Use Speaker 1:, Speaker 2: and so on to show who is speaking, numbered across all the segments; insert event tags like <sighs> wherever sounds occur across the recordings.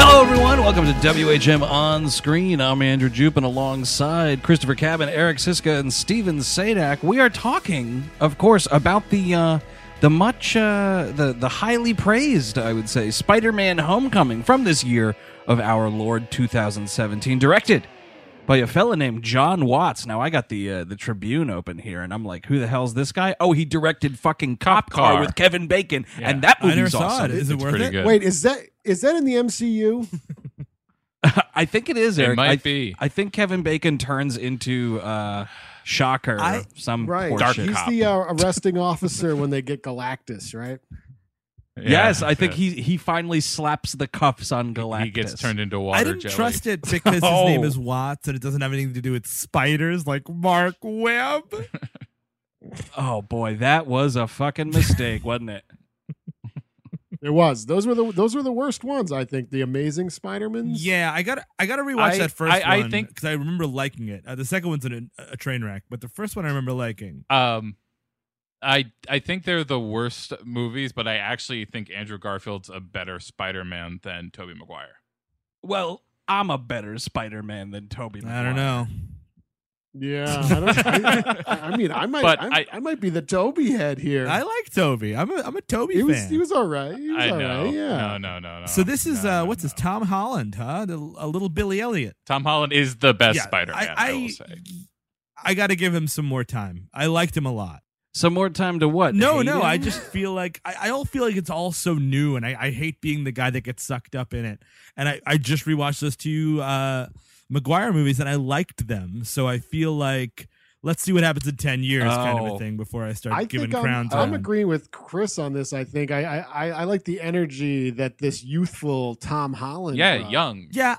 Speaker 1: Hello, everyone. Welcome to WHM On Screen. I'm Andrew Jupin alongside Christopher Cabin, Eric Siska, and Steven Sadak. We are talking, of course, about the uh, the much uh, the the highly praised, I would say, Spider-Man: Homecoming from this year of our Lord 2017, directed by a fella named John Watts. Now I got the uh, the Tribune open here, and I'm like, who the hell's this guy? Oh, he directed fucking Cop, Car.
Speaker 2: Car.
Speaker 1: with Kevin Bacon, and that
Speaker 3: I
Speaker 1: movie's
Speaker 3: never saw
Speaker 1: awesome.
Speaker 3: it. Is it
Speaker 2: It's
Speaker 3: worth
Speaker 2: pretty
Speaker 3: it?
Speaker 2: good.
Speaker 4: Wait, is that is that in the MCU?
Speaker 1: I think it is.
Speaker 2: It
Speaker 1: Eric.
Speaker 2: might
Speaker 1: I,
Speaker 2: be.
Speaker 1: I think Kevin Bacon turns into uh, Shocker,
Speaker 3: I-
Speaker 1: some
Speaker 4: Right.
Speaker 1: dark
Speaker 4: He's
Speaker 1: cop.
Speaker 4: the uh, arresting officer when they get Galactus, right?
Speaker 1: yes, I think he he finally slaps the cuffs on Galactus.
Speaker 2: He gets turned into water
Speaker 3: I didn't
Speaker 2: jelly.
Speaker 3: trust it
Speaker 2: <laughs>
Speaker 3: because his
Speaker 1: Oh.
Speaker 3: name is Watts and it doesn't have anything to do with spiders like Mark Webb.
Speaker 1: <laughs> oh boy, that was a fucking mistake, <laughs> wasn't it?
Speaker 4: There was. Those were the those were the worst ones, I think. The Amazing Spider-Mans.
Speaker 3: yeah, I got I got to rewatch
Speaker 2: I-
Speaker 3: that first
Speaker 2: I- I
Speaker 3: one
Speaker 2: think-
Speaker 3: because I remember liking it. Uh, the second one's an, a train wreck, but the first one I remember liking.
Speaker 2: Um, I I think they're the worst movies, but I actually think Andrew Garfield's a better Spider-Man than Tobey Maguire.
Speaker 1: Well, I'm a better Spider-Man than Toby.
Speaker 3: I don't know.
Speaker 4: Yeah. I, don't, I, I mean, I might
Speaker 2: But
Speaker 4: I'm-
Speaker 2: I-
Speaker 4: I, might be the Toby head here.
Speaker 3: I like Toby. I'm a I'm a Toby
Speaker 4: he
Speaker 3: fan.
Speaker 4: was he was all right. He was
Speaker 2: I
Speaker 4: all
Speaker 2: know.
Speaker 4: right, Yeah.
Speaker 2: No, no, no, no.
Speaker 3: so this is
Speaker 2: Oh, No,
Speaker 3: uh,
Speaker 2: no,
Speaker 3: what's
Speaker 2: no.
Speaker 3: this? Tom Holland, huh? The, a little Billy Elliot.
Speaker 2: Tom Holland is the best
Speaker 3: Yeah,
Speaker 2: Spider-Man. I, will say.
Speaker 3: I got to give him some more time. I liked him a lot.
Speaker 1: Some more time to what?
Speaker 3: No,
Speaker 1: hate
Speaker 3: no.
Speaker 1: him?
Speaker 3: I just feel like I, I all feel like it's all so new, and I, I hate being the guy that gets sucked up in it. And I, I just rewatched those two uh, McGuire movies, and I liked them, so I feel like let's see what happens in ten years, kind of
Speaker 1: Oh.
Speaker 3: a thing. Before I start
Speaker 4: I
Speaker 3: giving
Speaker 4: think I'm,
Speaker 3: crowns,
Speaker 4: I'm
Speaker 3: on.
Speaker 4: agreeing with Chris on this. I think I, I I- I like the energy that this youthful Tom Holland.
Speaker 2: Yeah,
Speaker 4: brought.
Speaker 2: young.
Speaker 3: Yeah,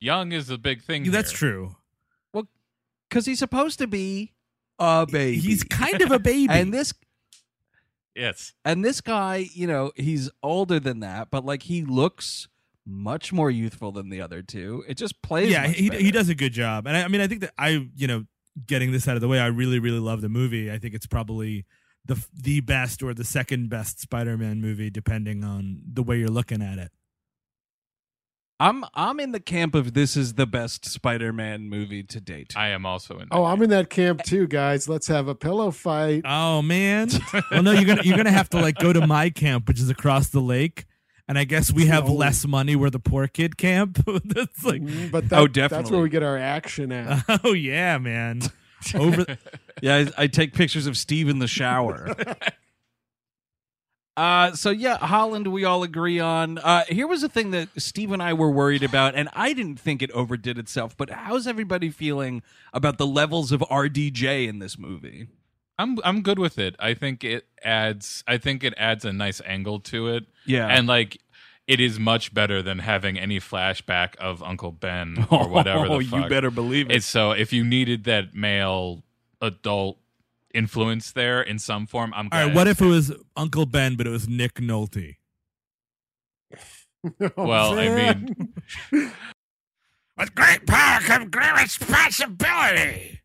Speaker 2: Young is the big thing.
Speaker 3: that's
Speaker 2: here.
Speaker 3: true.
Speaker 1: because he's supposed to be a baby.
Speaker 3: He's
Speaker 1: <laughs>
Speaker 3: kind of a baby.
Speaker 1: and this
Speaker 2: Yes.
Speaker 1: And this guy, you know, he's older than that, but like he looks much more youthful than the other two. It just plays.
Speaker 3: yeah,
Speaker 1: much
Speaker 3: he
Speaker 1: better.
Speaker 3: he does a good job, and I, I mean, I think that I, you know, getting this out of the way, I really, really love the movie. I think it's probably the the best or the second best Spider-Man movie, depending on the way you're looking at it.
Speaker 1: I'm I'm in the camp of this is the best Spider-Man movie to date.
Speaker 2: I am also in.
Speaker 4: Oh,
Speaker 2: that.
Speaker 4: I'm in that camp too, guys. Let's have a pillow fight.
Speaker 3: Oh man! <laughs> well, no, you're gonna you're gonna have to like go to my camp, which is across the lake, and I guess we have
Speaker 4: No.
Speaker 3: less money. We're the poor kid camp. <laughs> That's like,
Speaker 4: Mm, but
Speaker 1: Oh,
Speaker 4: that- that's
Speaker 1: definitely.
Speaker 4: where we get our action at.
Speaker 1: <laughs>
Speaker 3: oh yeah, man. Over.
Speaker 1: yeah, I, I take pictures of Steve in the shower. <laughs> Uh, so yeah, Holland, we all agree on. Uh, here was a thing that Steve and I were worried about, and I didn't think it overdid itself. But how's everybody feeling about the levels of RDJ in this movie?
Speaker 2: I'm I'm good with it. I think it adds I think it adds a nice angle to it.
Speaker 1: Yeah.
Speaker 2: And like it is much better than having any flashback of Uncle Ben <laughs>
Speaker 1: <laughs>
Speaker 2: or whatever
Speaker 1: Oh,
Speaker 2: the fuck.
Speaker 1: you better believe it.
Speaker 2: It's so if you needed that male adult influence there in some form, I'm
Speaker 3: All
Speaker 2: glad.
Speaker 3: right, what if it was Uncle Ben, but it was Nick Nolte?
Speaker 4: Oh,
Speaker 2: Well, I mean-
Speaker 1: <laughs>
Speaker 3: With great power comes great <laughs> responsibility.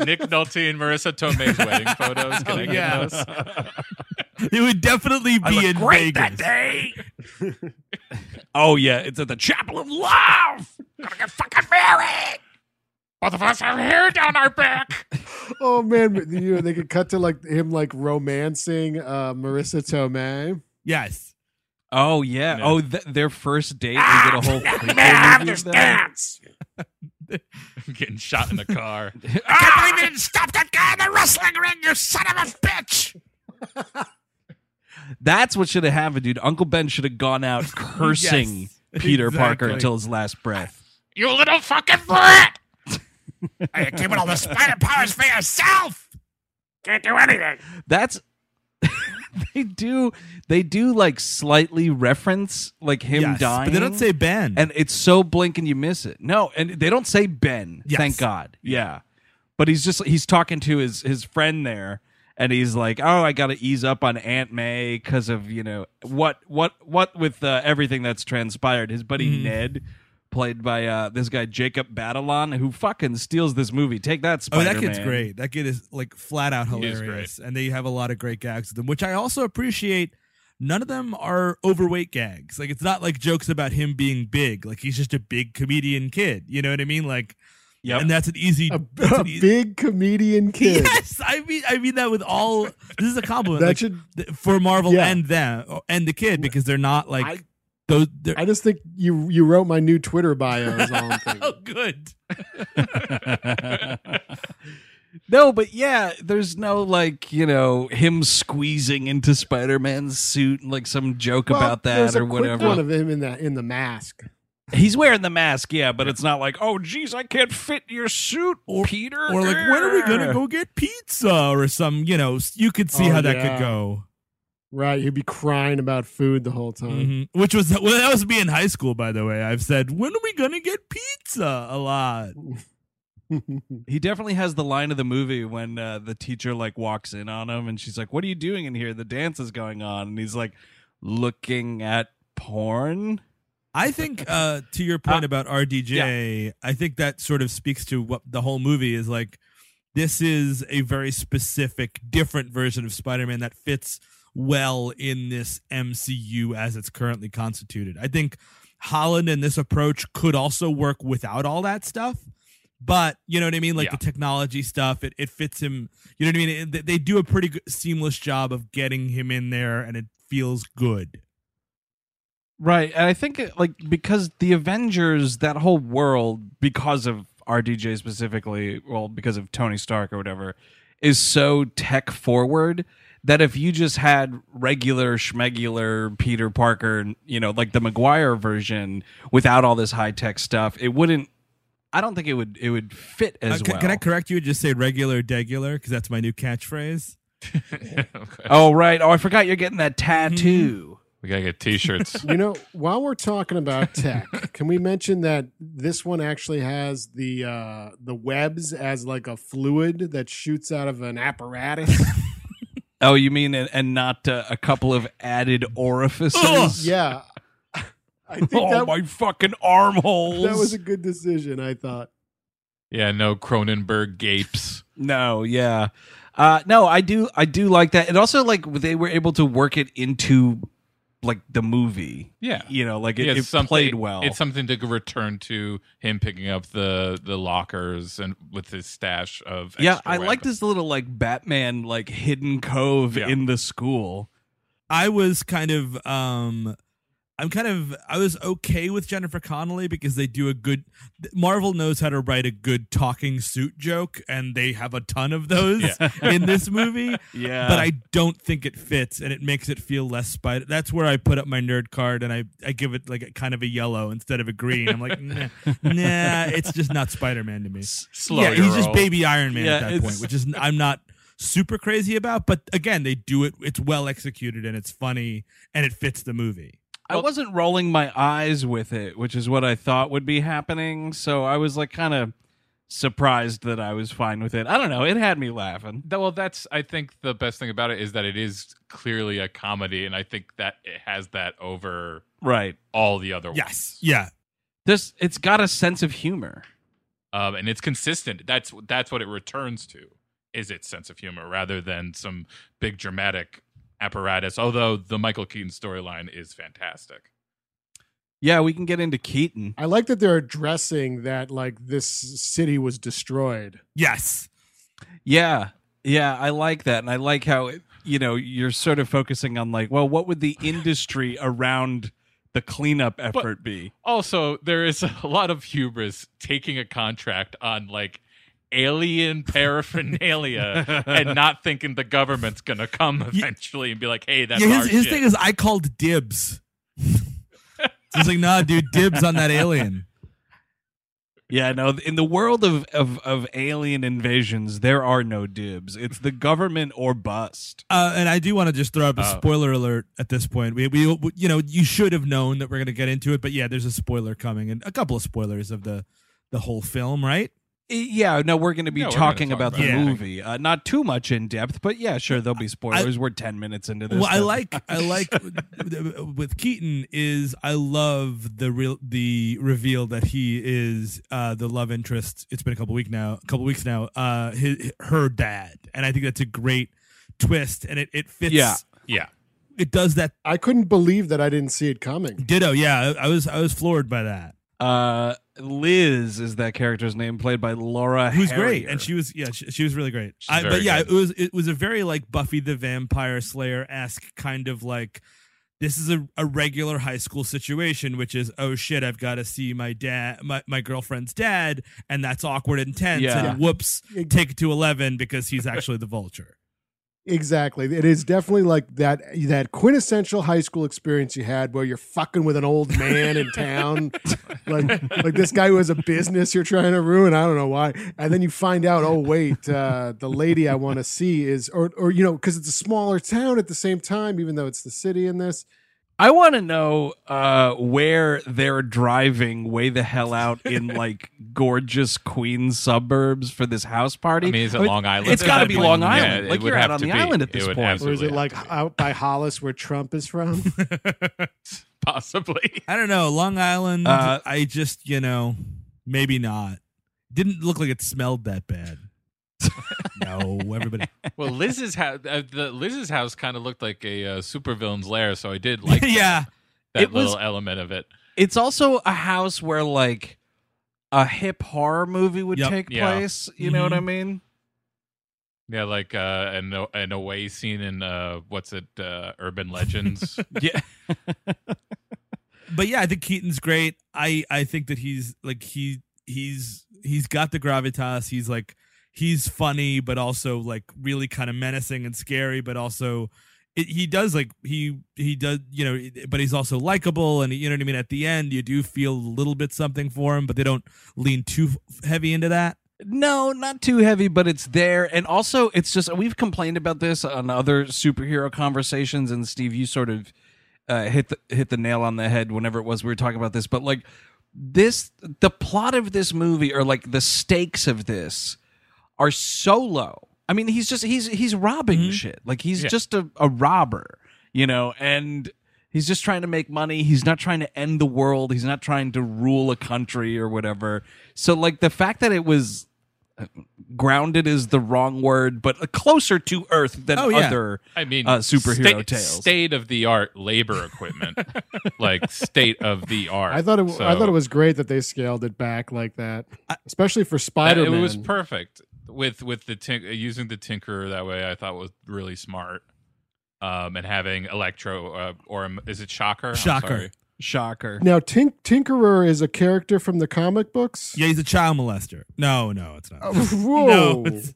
Speaker 2: Nick Nolte and Marissa Tomei's
Speaker 1: <laughs>
Speaker 2: wedding
Speaker 1: Oh,
Speaker 2: photos? Can I get <laughs>
Speaker 3: Yeah.
Speaker 2: those?
Speaker 3: It would definitely be in Vegas.
Speaker 1: day. <laughs> oh yeah, it's at the Chapel of Love. Gotta get fucking married.
Speaker 2: Both of us have hair down our back.
Speaker 4: <laughs> oh man, but, you know, they could cut to like him like romancing uh, Marissa Tomei.
Speaker 3: Yes.
Speaker 1: Oh yeah.
Speaker 2: No.
Speaker 1: Oh, th- their first date. Ah,
Speaker 3: <laughs>
Speaker 1: we get a whole. prequel movie of that?
Speaker 2: Getting shot in the car.
Speaker 1: That's what should have happened, dude. Uncle Ben should have gone
Speaker 3: <laughs>
Speaker 1: out cursing
Speaker 3: Yes,
Speaker 1: Peter Parker
Speaker 3: exactly.
Speaker 1: until his last breath.
Speaker 2: you little fucking brat!
Speaker 3: I came with all the spider powers for yourself.
Speaker 1: That's <laughs> they do they do like slightly reference like him
Speaker 3: Yes,
Speaker 1: dying.
Speaker 3: But they don't say Ben.
Speaker 1: and it's so blink and you miss it. No, and they don't say Ben.
Speaker 3: Yes.
Speaker 1: Thank God. Yeah. But he's just he's talking to his his friend there and he's like, "Oh, I got to ease up on Aunt May cuz of, you know, what what what with uh, everything that's transpired." His buddy Ned played by uh, this guy Jacob Batalon who fucking steals this movie. Take that
Speaker 3: Oh,
Speaker 1: Spider-Man.
Speaker 3: that kid's great. That kid is like flat out
Speaker 2: He is
Speaker 3: hilarious, and they have a lot of great gags with him, which I also appreciate. None of them are overweight gags. Like it's not like jokes about him being big. Like he's just a big comedian kid. You know what I mean? Like,
Speaker 1: Yep.
Speaker 3: and that's an easy.
Speaker 4: A,
Speaker 3: <laughs>
Speaker 1: <laughs>
Speaker 3: that's
Speaker 4: a
Speaker 3: an ea-
Speaker 4: big comedian kid.
Speaker 3: Yes, I mean, I mean that with all. This is a compliment
Speaker 4: That
Speaker 3: like,
Speaker 4: should-
Speaker 3: th- for Marvel
Speaker 4: Yeah.
Speaker 3: and them and the kid because they're not like
Speaker 4: I-
Speaker 3: those. They're,
Speaker 4: I just think you you wrote my new Twitter bio. Is all
Speaker 1: <laughs>
Speaker 4: I'm thinking.
Speaker 3: oh, good.
Speaker 1: No, but yeah, there's no like, you know, him squeezing into Spider-Man's suit and like some joke
Speaker 4: Well,
Speaker 1: about that
Speaker 4: there's a
Speaker 1: or
Speaker 4: quick
Speaker 1: whatever.
Speaker 4: One of him in the in the mask.
Speaker 1: He's wearing the mask, yeah, but it's not like, oh, geez, I can't fit your suit,
Speaker 3: Or-
Speaker 1: Peter.
Speaker 3: <laughs> Or like, when are we gonna go get pizza or some? You know, s- you could see
Speaker 4: Oh,
Speaker 3: how that
Speaker 4: yeah.
Speaker 3: could go.
Speaker 4: Right, he'd be crying about food the whole time.
Speaker 3: Mhm. Which was well, that was me in high school, by the way. I've said, when are we gonna get pizza? A lot.
Speaker 4: <laughs>
Speaker 1: He definitely has the line of the movie when uh, the teacher like walks in on him and she's like, "What are you doing in here? The dance is going on," and he's like, "Looking at porn."
Speaker 3: I think uh, to your
Speaker 1: Uh,
Speaker 3: point about RDJ, I think that sort of speaks to what the whole movie is like. This is a very specific, different version of Spider-Man that fits well in this MCU as it's currently constituted. I think Holland and this approach could also work without all that stuff. But you know what I mean, like
Speaker 2: Yeah.
Speaker 3: the technology stuff, it, it fits him. You know what I mean. It- they- they do a pretty good, seamless job of getting him in there, and it feels good.
Speaker 1: Right, and I think uh, like because the Avengers, that whole world, because of RDJ specifically, well, because of Tony Stark or whatever, is so tech forward that if you just had regular schmegular Peter Parker, you know, like the Maguire version, without all this high tech stuff, it wouldn't. I don't think it would. It would fit as
Speaker 3: Uh, c-
Speaker 1: well.
Speaker 3: Can I correct you and just say regular degular because that's my new catchphrase?
Speaker 2: Okay.
Speaker 1: oh right. Oh, I forgot you're getting that
Speaker 3: Mm-hmm.
Speaker 1: tattoo.
Speaker 2: We gotta get T-shirts.
Speaker 4: you know, while we're talking
Speaker 1: <laughs>
Speaker 4: about tech, can we mention that this one actually has the uh, the webs as like a fluid that shoots out of
Speaker 1: <laughs>
Speaker 4: an apparatus?
Speaker 1: Oh, you mean and, and not uh, a couple of added orifices?
Speaker 4: yeah, I think
Speaker 1: Oh
Speaker 4: that,
Speaker 1: my fucking armholes!
Speaker 4: that was a good decision. I thought.
Speaker 2: yeah, no Cronenberg gapes.
Speaker 1: No, yeah. Uh no, I do I do like that. And also like they were able to work it into like the movie.
Speaker 2: Yeah.
Speaker 1: You know, like
Speaker 2: Yeah,
Speaker 1: it,
Speaker 2: it's
Speaker 1: it played well.
Speaker 2: It's something to return to him picking up the the lockers and with his stash of.
Speaker 1: yeah,
Speaker 2: extra
Speaker 1: I
Speaker 2: web.
Speaker 1: like this little like Batman like hidden cove
Speaker 2: Yeah.
Speaker 1: in the school.
Speaker 3: I was kind of, um, I'm kind of, I was okay with Jennifer Connelly because they do a good. th- Marvel knows how to write a good talking suit joke, and they have a ton
Speaker 1: <laughs>
Speaker 3: of those in this movie.
Speaker 1: Yeah.
Speaker 3: but I don't think it fits, and it makes it feel less spider. That's where I put up my nerd card, and I I give it like a kind of a yellow instead of a green. I'm like, <laughs> nah, nah it's just not Spider Man to me.
Speaker 2: Slow
Speaker 3: yeah,
Speaker 2: your
Speaker 3: he's just
Speaker 2: roll.
Speaker 3: baby Iron Man
Speaker 1: Yeah,
Speaker 3: at that
Speaker 1: it's-
Speaker 3: point, which is I'm not super crazy about. But again, they do it. It's well executed and it's funny and it fits the movie.
Speaker 1: I wasn't rolling my eyes with it, which is what I thought would be happening. So I was like kind of surprised that I was fine with it. I don't know, it had me laughing.
Speaker 2: That, well, that's I think the best thing about it is that it is clearly a comedy, and I think that it has that over
Speaker 1: Right.
Speaker 2: all the other
Speaker 3: Yes,
Speaker 2: ones.
Speaker 3: yeah,
Speaker 1: This it's got a sense of humor.
Speaker 2: um, and it's consistent. That's that's what it returns to is its sense of humor rather than some big dramatic apparatus. Although the Michael Keaton storyline is fantastic.
Speaker 1: Yeah, we can get into Keaton.
Speaker 4: I like that they're addressing that like this city was destroyed.
Speaker 3: yes.
Speaker 1: Yeah. Yeah, I like that. And I like how it, you know, you're sort of focusing on like, well, what would the industry around the cleanup effort be?
Speaker 2: Also, there is <laughs> a lot of hubris taking a contract on like <laughs> alien paraphernalia and not thinking the government's gonna come eventually and be like, "Hey, that's
Speaker 3: yeah,
Speaker 2: our
Speaker 3: his, his
Speaker 2: shit.
Speaker 3: thing is I called
Speaker 2: <laughs>
Speaker 3: dibs. He's like, nah, dude, dibs on that alien.
Speaker 1: Yeah, no. In the world of, of of alien invasions, there are no dibs. It's the government or bust.
Speaker 3: Uh, and I do want to just throw up a
Speaker 2: Oh.
Speaker 3: spoiler alert at this point. We, we, we- you know, you should have known that we're going to get into it, but yeah, there's a spoiler coming and a couple of spoilers of the the whole film, right?
Speaker 1: I- Yeah, no. We're going to be
Speaker 2: Yeah, we're gonna
Speaker 1: talking
Speaker 2: talk
Speaker 1: about
Speaker 2: about
Speaker 1: the
Speaker 3: it.
Speaker 1: movie, uh, not too much in depth, but yeah, sure. There'll be spoilers. we're ten minutes into this.
Speaker 3: Well, I
Speaker 1: but-
Speaker 3: like I like with Keaton is I love the real the reveal that he is uh the love interest. It's been a couple week now, a couple weeks now. Uh, his, her dad, and I think that's a great twist, and it it fits.
Speaker 1: Yeah.
Speaker 2: Yeah.
Speaker 3: it does that.
Speaker 4: I couldn't believe that I didn't see it coming.
Speaker 3: Ditto. Yeah, I, I was I was floored by that.
Speaker 1: Uh, Liz is that character's name, played by Laura.
Speaker 3: Who's
Speaker 1: Harrier.
Speaker 3: great, and she was yeah, she, she was really great.
Speaker 2: She's
Speaker 3: I, but
Speaker 2: very
Speaker 3: yeah,
Speaker 2: good.
Speaker 3: it was it was a very like Buffy the Vampire Slayer esque kind of like this is a, a regular high school situation, which is oh shit, I've got to see my dad, my, my girlfriend's dad, and that's awkward and tense.
Speaker 1: Yeah.
Speaker 3: And whoops,
Speaker 4: Ex-
Speaker 3: take it to eleven because he's actually the Vulture.
Speaker 4: Exactly. It is definitely like that that quintessential high school experience you had where you're fucking with an old man in town.
Speaker 2: <laughs>
Speaker 4: like like this guy who has a business you're trying to ruin. I don't know why. And then you find out, oh wait, uh, the lady I want to see is or or you know, because it's a smaller town at the same time, even though it's the city in this.
Speaker 1: I want to know uh, where they're driving way the hell out
Speaker 2: <laughs>
Speaker 1: in like gorgeous Queens suburbs for this house party.
Speaker 2: I mean, is it Long Island?
Speaker 1: It's
Speaker 2: at
Speaker 1: got to
Speaker 2: that
Speaker 1: be
Speaker 2: point?
Speaker 1: Long
Speaker 2: Yeah,
Speaker 1: Island.
Speaker 2: it
Speaker 1: like
Speaker 2: would
Speaker 1: you're out
Speaker 2: have
Speaker 1: on
Speaker 2: to
Speaker 1: the
Speaker 2: be.
Speaker 1: island at
Speaker 2: It
Speaker 1: this
Speaker 2: would
Speaker 1: point.
Speaker 2: have to
Speaker 4: Or is it
Speaker 2: Absolutely.
Speaker 4: like out by Hollis where Trump is from?
Speaker 2: <laughs> Possibly.
Speaker 3: I don't know Long Island.
Speaker 1: Uh,
Speaker 3: I just you know maybe not. Didn't look like it smelled
Speaker 2: <laughs>
Speaker 3: that bad. no, everybody.
Speaker 2: <laughs> Well, Liz's house, uh, the Liz's house, kind of looked like a uh, supervillain's lair, so I did <laughs> like
Speaker 3: <laughs> yeah,
Speaker 2: that
Speaker 1: It was-
Speaker 2: little element of it.
Speaker 1: It's also a house where like a hip horror movie would
Speaker 3: Yep.
Speaker 1: take
Speaker 2: Yeah. Mm-hmm.
Speaker 1: place. You know what I mean?
Speaker 2: Yeah, like uh, an o- an away scene in uh, what's it, uh, Urban Legends.
Speaker 1: Yeah.
Speaker 3: but yeah, I think Keaton's great. I I think that he's like he he's he's got the gravitas. He's like he's funny, but also like really kind of menacing and scary, but also. It, he does like he he does you know but he's also likable and you know what i mean at the end you do feel a little bit something for him but they don't lean too f- heavy into that
Speaker 1: No, not too heavy, but it's there. And also, it's just, we've complained about this on other superhero conversations. And Steve, you sort of uh, hit, the, hit the nail on the head whenever it was we were talking about this. But like this, the plot of this movie or like the stakes of this are so low. I mean, he's just, he's, he's robbing shit. Like he's
Speaker 2: Mm-hmm. Yeah.
Speaker 1: just a, a robber, you know, and he's just trying to make money. He's not trying to end the world. He's not trying to rule a country or whatever. So like the fact that it was uh, grounded is the wrong word, but uh, closer to Earth than
Speaker 3: Oh, yeah.
Speaker 1: other.
Speaker 2: I mean,
Speaker 1: uh, superhero
Speaker 2: state,
Speaker 1: tales.
Speaker 2: state of the art labor equipment, <laughs> like state of the art.
Speaker 4: <laughs> I thought it I
Speaker 2: So
Speaker 4: thought it was great that they scaled it back like that. Especially for
Speaker 2: that-
Speaker 4: Spider Man.
Speaker 2: It was perfect with with the tin- using the Tinkerer that way. I thought was really smart. Um, and having Electro uh, or um, is it Shocker? I'm
Speaker 3: Shocker.
Speaker 2: sorry.
Speaker 1: Shocker.
Speaker 4: Now, Tink- Tinkerer is a character from the comic books.
Speaker 3: yeah he's a child molester no no it's
Speaker 1: Oh.
Speaker 4: <laughs> Oh.
Speaker 3: not
Speaker 4: Whoa.
Speaker 3: <laughs> no it's-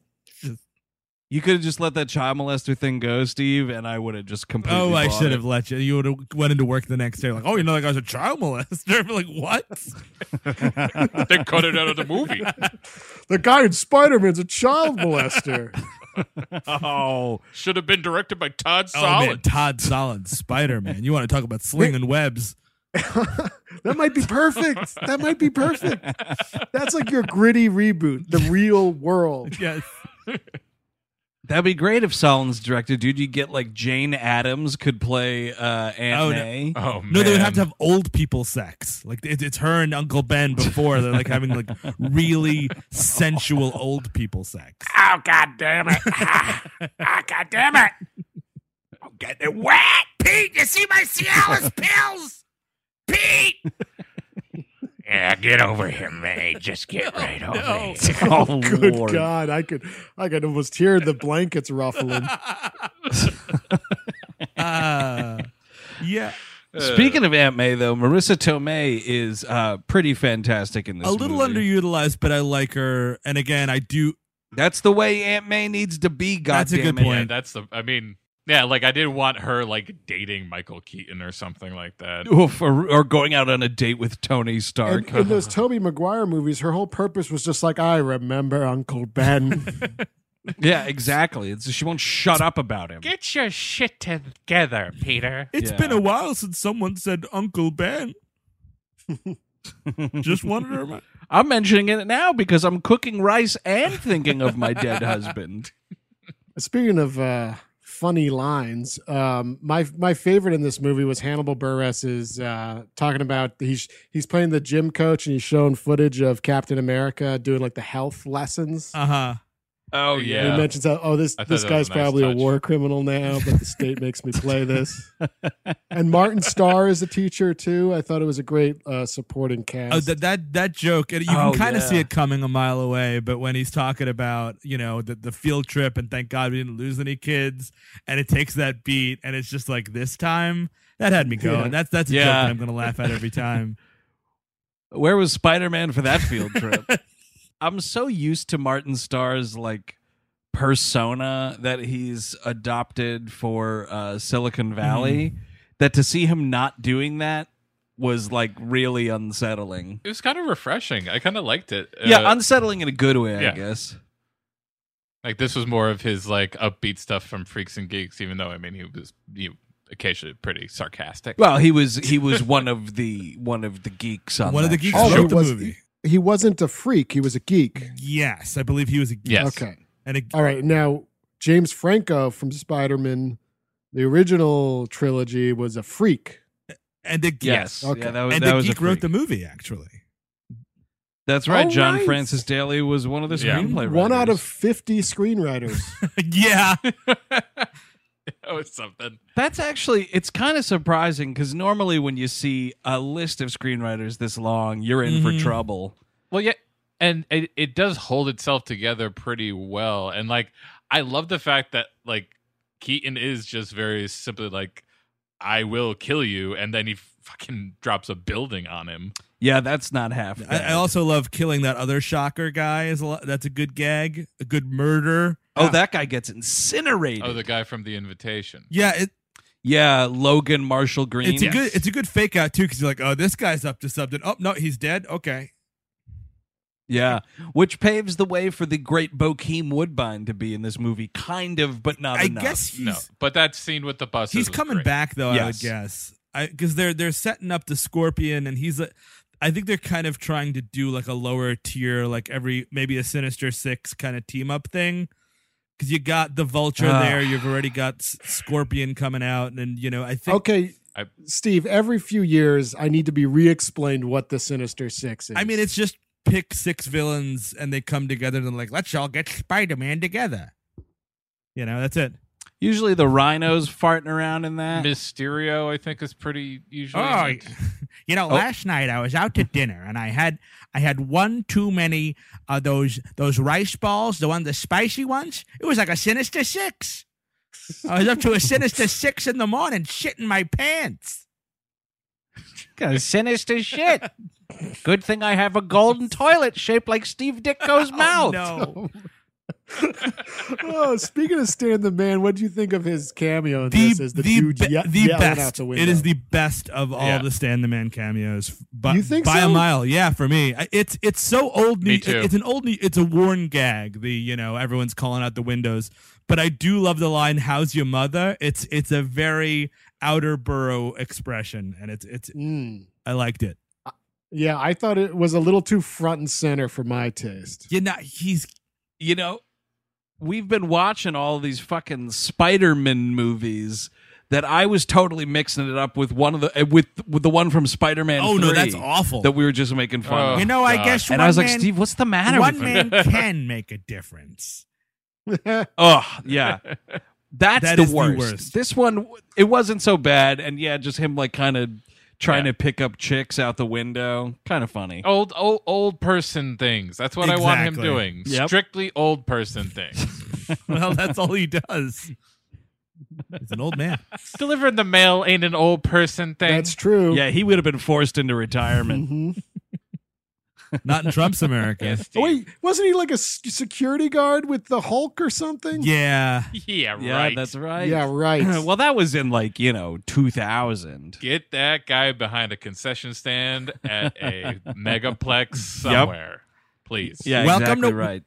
Speaker 1: You could have just let that child molester thing go, Steve, and I would have just completely.
Speaker 3: oh i
Speaker 1: bought
Speaker 3: should
Speaker 1: it.
Speaker 3: have let you you would have went into work the next day like oh you know that guy's a child molester <laughs> I'm like what
Speaker 2: they cut it out of the
Speaker 3: <laughs>
Speaker 2: movie.
Speaker 4: The guy in Spider Man's
Speaker 1: <laughs>
Speaker 4: a child molester.
Speaker 1: Oh,
Speaker 2: Should have been directed by Todd
Speaker 3: Oh, man,
Speaker 2: Solid.
Speaker 3: Todd Solid, Spider Man. You want to talk about slinging webs?
Speaker 4: that might be perfect. That might be perfect. That's like your gritty reboot, the real world.
Speaker 3: Yes.
Speaker 1: that'd be great if Solon's directed, dude. You get like Jane Addams could play uh, Aunt
Speaker 3: Oh, no. <laughs>
Speaker 1: May.
Speaker 2: <laughs> oh man!
Speaker 3: No, they would have to have old people sex. Like it, it's her and Uncle Ben before they're like having like really sensual old people sex.
Speaker 5: Oh, God
Speaker 2: <laughs>
Speaker 5: damn it. oh, God damn it. I'm getting it wet. Pete, you see my
Speaker 2: <laughs>
Speaker 5: Cialis pills? Pete! yeah, get over here, man. Just get right over here.
Speaker 1: <laughs> Oh,
Speaker 4: <laughs> Good
Speaker 1: Lord.
Speaker 4: God, I could, I could almost hear the blankets ruffling.
Speaker 1: <laughs>
Speaker 3: Uh, yeah,
Speaker 1: Uh, Speaking of Aunt May, though, Marissa Tomei is uh, pretty fantastic in this.
Speaker 3: a little
Speaker 1: movie.
Speaker 3: underutilized, but I like her. And again, I do.
Speaker 1: That's the way Aunt May needs to be. God
Speaker 3: That's a good
Speaker 2: Yeah,
Speaker 3: point.
Speaker 2: that's the. I mean, Yeah, like I didn't want her like dating Michael Keaton or something like
Speaker 1: <laughs>
Speaker 2: that.
Speaker 1: Oof, or, or going out on a date with Tony Stark.
Speaker 4: In, in those Toby Maguire movies, her whole purpose was just like, I remember Uncle
Speaker 1: <laughs>
Speaker 4: Ben.
Speaker 1: <laughs> yeah, exactly. It's, she won't shut up about
Speaker 3: <laughs>
Speaker 1: him.
Speaker 2: Get your shit together, Peter.
Speaker 3: It's
Speaker 1: Yeah.
Speaker 3: been a while since someone said Uncle Ben. Just wanted to remind.
Speaker 1: I'm mentioning it now because I'm cooking rice and thinking of my dead husband.
Speaker 4: Speaking of uh, funny lines, um, my my favorite in this movie was Hannibal Buress is uh, talking about he's he's playing the gym coach and he's showing footage of Captain America doing like the health lessons.
Speaker 3: Uh huh.
Speaker 1: Oh
Speaker 2: yeah.
Speaker 4: And he mentions how, oh this
Speaker 2: I thought
Speaker 4: this
Speaker 2: that was
Speaker 4: guy's
Speaker 2: a nice
Speaker 4: probably
Speaker 2: touch.
Speaker 4: a war criminal now, but the state makes me
Speaker 2: <laughs>
Speaker 4: play this. And Martin Starr is a teacher too. I thought it was a great uh, supporting cast.
Speaker 3: Oh, that that that joke. and You
Speaker 1: Oh,
Speaker 3: can kind of
Speaker 1: yeah.
Speaker 3: see it coming a mile away. But when he's talking about you know the the field trip and thank God we didn't lose any kids, and it takes that beat, and it's just like this time that had me going.
Speaker 4: Yeah.
Speaker 3: That's that's a joke
Speaker 1: Yeah.
Speaker 3: that I'm gonna laugh at every time.
Speaker 1: Where was Spider Man for that
Speaker 2: <laughs>
Speaker 1: field trip? I'm so used to Martin Starr's like persona that he's adopted for uh, Silicon Valley
Speaker 2: Mm-hmm.
Speaker 1: that to see him not doing that was like really unsettling.
Speaker 2: It was kind of refreshing. I kind of liked it.
Speaker 1: yeah,
Speaker 2: Uh,
Speaker 1: unsettling in a good way, I
Speaker 2: yeah.
Speaker 1: guess.
Speaker 2: like this was more of his like upbeat stuff from Freaks and Geeks, even though I mean he was you occasionally pretty sarcastic.
Speaker 1: Well, he was he was one of the one of the geeks on
Speaker 3: One of
Speaker 1: that
Speaker 3: the geeks
Speaker 4: Oh,
Speaker 1: show.
Speaker 4: he,
Speaker 3: wrote the
Speaker 4: was,
Speaker 3: movie.
Speaker 4: he wasn't a freak. He was a geek.
Speaker 3: Yes, I believe he was a geek.
Speaker 2: Yes.
Speaker 4: Okay.
Speaker 3: and a,
Speaker 4: All right, now James Franco from Spider-Man, the original trilogy was a freak.
Speaker 3: and a
Speaker 1: Yes,
Speaker 4: Okay.
Speaker 1: yeah, that was,
Speaker 3: and
Speaker 1: that
Speaker 3: the
Speaker 1: was a
Speaker 3: geek wrote
Speaker 1: freak.
Speaker 3: the movie actually. <laughs>
Speaker 1: That's right.
Speaker 4: Oh,
Speaker 1: John
Speaker 4: right.
Speaker 1: Francis Daly was one of the
Speaker 2: Yeah.
Speaker 1: screenplay writers.
Speaker 4: One out of
Speaker 3: <laughs>
Speaker 4: fifty screenwriters.
Speaker 3: yeah,
Speaker 2: <laughs> that was something.
Speaker 1: That's actually it's kind of surprising because normally when you see a list of screenwriters this long, you're in for
Speaker 3: Mhm.
Speaker 1: trouble.
Speaker 2: Well, yeah, and it, it does hold itself together pretty well. And like, I love the fact that like Keaton is just very simply like, "I will kill you," and then he fucking drops a building on him.
Speaker 1: Yeah, that's not half.
Speaker 3: I,
Speaker 1: bad.
Speaker 3: I also love killing that other shocker guy. Is a lot, that's a good gag, a good murder.
Speaker 1: oh, that guy gets incinerated.
Speaker 2: Oh, the guy from The Invitation.
Speaker 3: Yeah, it,
Speaker 1: yeah, Logan Marshall Green.
Speaker 3: it's a good it's a good fake out too because you're like, oh, this guy's up to something. Oh no, he's dead. Okay,
Speaker 1: yeah, which paves the way for the great Bokeem Woodbine to be in this movie, kind of, but not
Speaker 3: I
Speaker 1: enough.
Speaker 3: guess he's
Speaker 2: No, but that scene with the bus.
Speaker 3: he's coming back though. I
Speaker 1: Yes.
Speaker 3: would guess because they're they're setting up the scorpion and he's a. I think they're kind of trying to do like a lower tier, like every maybe a Sinister Six kind of team up thing. Because you got the Vulture
Speaker 1: Ah.
Speaker 3: there, you've already got S- Scorpion coming out, and you know I think
Speaker 4: okay,
Speaker 2: I-
Speaker 4: Steve. Every few years, I need to be re-explained what the Sinister Six is.
Speaker 3: I mean, it's just pick six villains and they come together and like, let's all get Spider Man together. You know, that's it.
Speaker 1: usually the rhinos farting around in that.
Speaker 2: Mysterio, I think, is pretty usually.
Speaker 3: Oh, <laughs> you know, last night I was out to dinner and I had I had one too many of those those rice balls, the one the spicy ones. It was like a sinister six. I was up to a sinister six in the morning, shitting my pants.
Speaker 1: Sinister
Speaker 3: <laughs>
Speaker 1: shit. Good thing I have a golden toilet shaped like Steve Ditko's mouth.
Speaker 3: Oh, No,
Speaker 4: <laughs> oh, speaking of Stan the Man, what do you think of his cameo in this? As the, dude ye- yelling out the window?
Speaker 3: It is the best of all
Speaker 2: Yeah.
Speaker 3: the Stan the Man cameos, f- but
Speaker 4: You think
Speaker 3: by a
Speaker 4: so?
Speaker 3: mile, yeah, for me, I- it's it's so old.
Speaker 2: Me
Speaker 3: new-
Speaker 2: too.
Speaker 3: It's an old. new- It's a worn gag. The you know everyone's calling out the windows, but I do love the line "How's your mother?" It's it's a very outer borough expression, and it's it's
Speaker 4: Mm.
Speaker 3: I liked it.
Speaker 4: Yeah, I thought it was a little too front and center for my taste.
Speaker 3: You know, he's
Speaker 1: you know, we've been watching all these fucking Spider-Man movies that I was totally mixing it up with one of the eh, with, with the one from Spider-Man.
Speaker 3: oh no, that's
Speaker 1: 3
Speaker 3: awful.
Speaker 1: That we were just making fun
Speaker 2: Oh,
Speaker 1: of.
Speaker 3: you know, I
Speaker 2: God.
Speaker 3: guess
Speaker 1: and
Speaker 3: one
Speaker 1: I was like,
Speaker 3: man-
Speaker 1: Steve, what's the matter
Speaker 3: one
Speaker 1: with you?
Speaker 2: <laughs>
Speaker 3: man can make a difference.
Speaker 1: Oh
Speaker 3: <laughs>
Speaker 1: yeah, that's
Speaker 3: That
Speaker 1: the,
Speaker 3: is the
Speaker 1: worst.
Speaker 3: worst.
Speaker 1: This one, it wasn't so bad, and yeah, just him like kind of trying
Speaker 2: Yeah.
Speaker 1: to pick up chicks out the window, kind of funny.
Speaker 3: Oh,
Speaker 2: old old old person things. That's what I want him
Speaker 3: Exactly.
Speaker 2: doing.
Speaker 1: Yep.
Speaker 2: Strictly old person things.
Speaker 3: <laughs> well, that's all he
Speaker 2: <laughs>
Speaker 3: does. He's an old man.
Speaker 2: Delivering the mail ain't an old person thing.
Speaker 4: That's
Speaker 3: <laughs>
Speaker 4: true.
Speaker 1: Yeah, he would have been forced into retirement.
Speaker 4: Mhm.
Speaker 3: Not in Trump's
Speaker 1: <laughs>
Speaker 3: America.
Speaker 2: Yeah,
Speaker 4: Oh,
Speaker 2: Steve.
Speaker 4: wait, wasn't he like a s- security guard with the Hulk or something?
Speaker 3: Yeah.
Speaker 2: <laughs> Yeah,
Speaker 1: Yeah,
Speaker 2: right.
Speaker 1: that's right. <laughs>
Speaker 4: Yeah, right.
Speaker 1: well, that was in like you know 2000.
Speaker 2: Get that guy behind a concession stand
Speaker 1: <laughs>
Speaker 2: at a megaplex somewhere, please.
Speaker 1: Yeah,
Speaker 3: Welcome
Speaker 1: exactly
Speaker 3: to-
Speaker 1: right.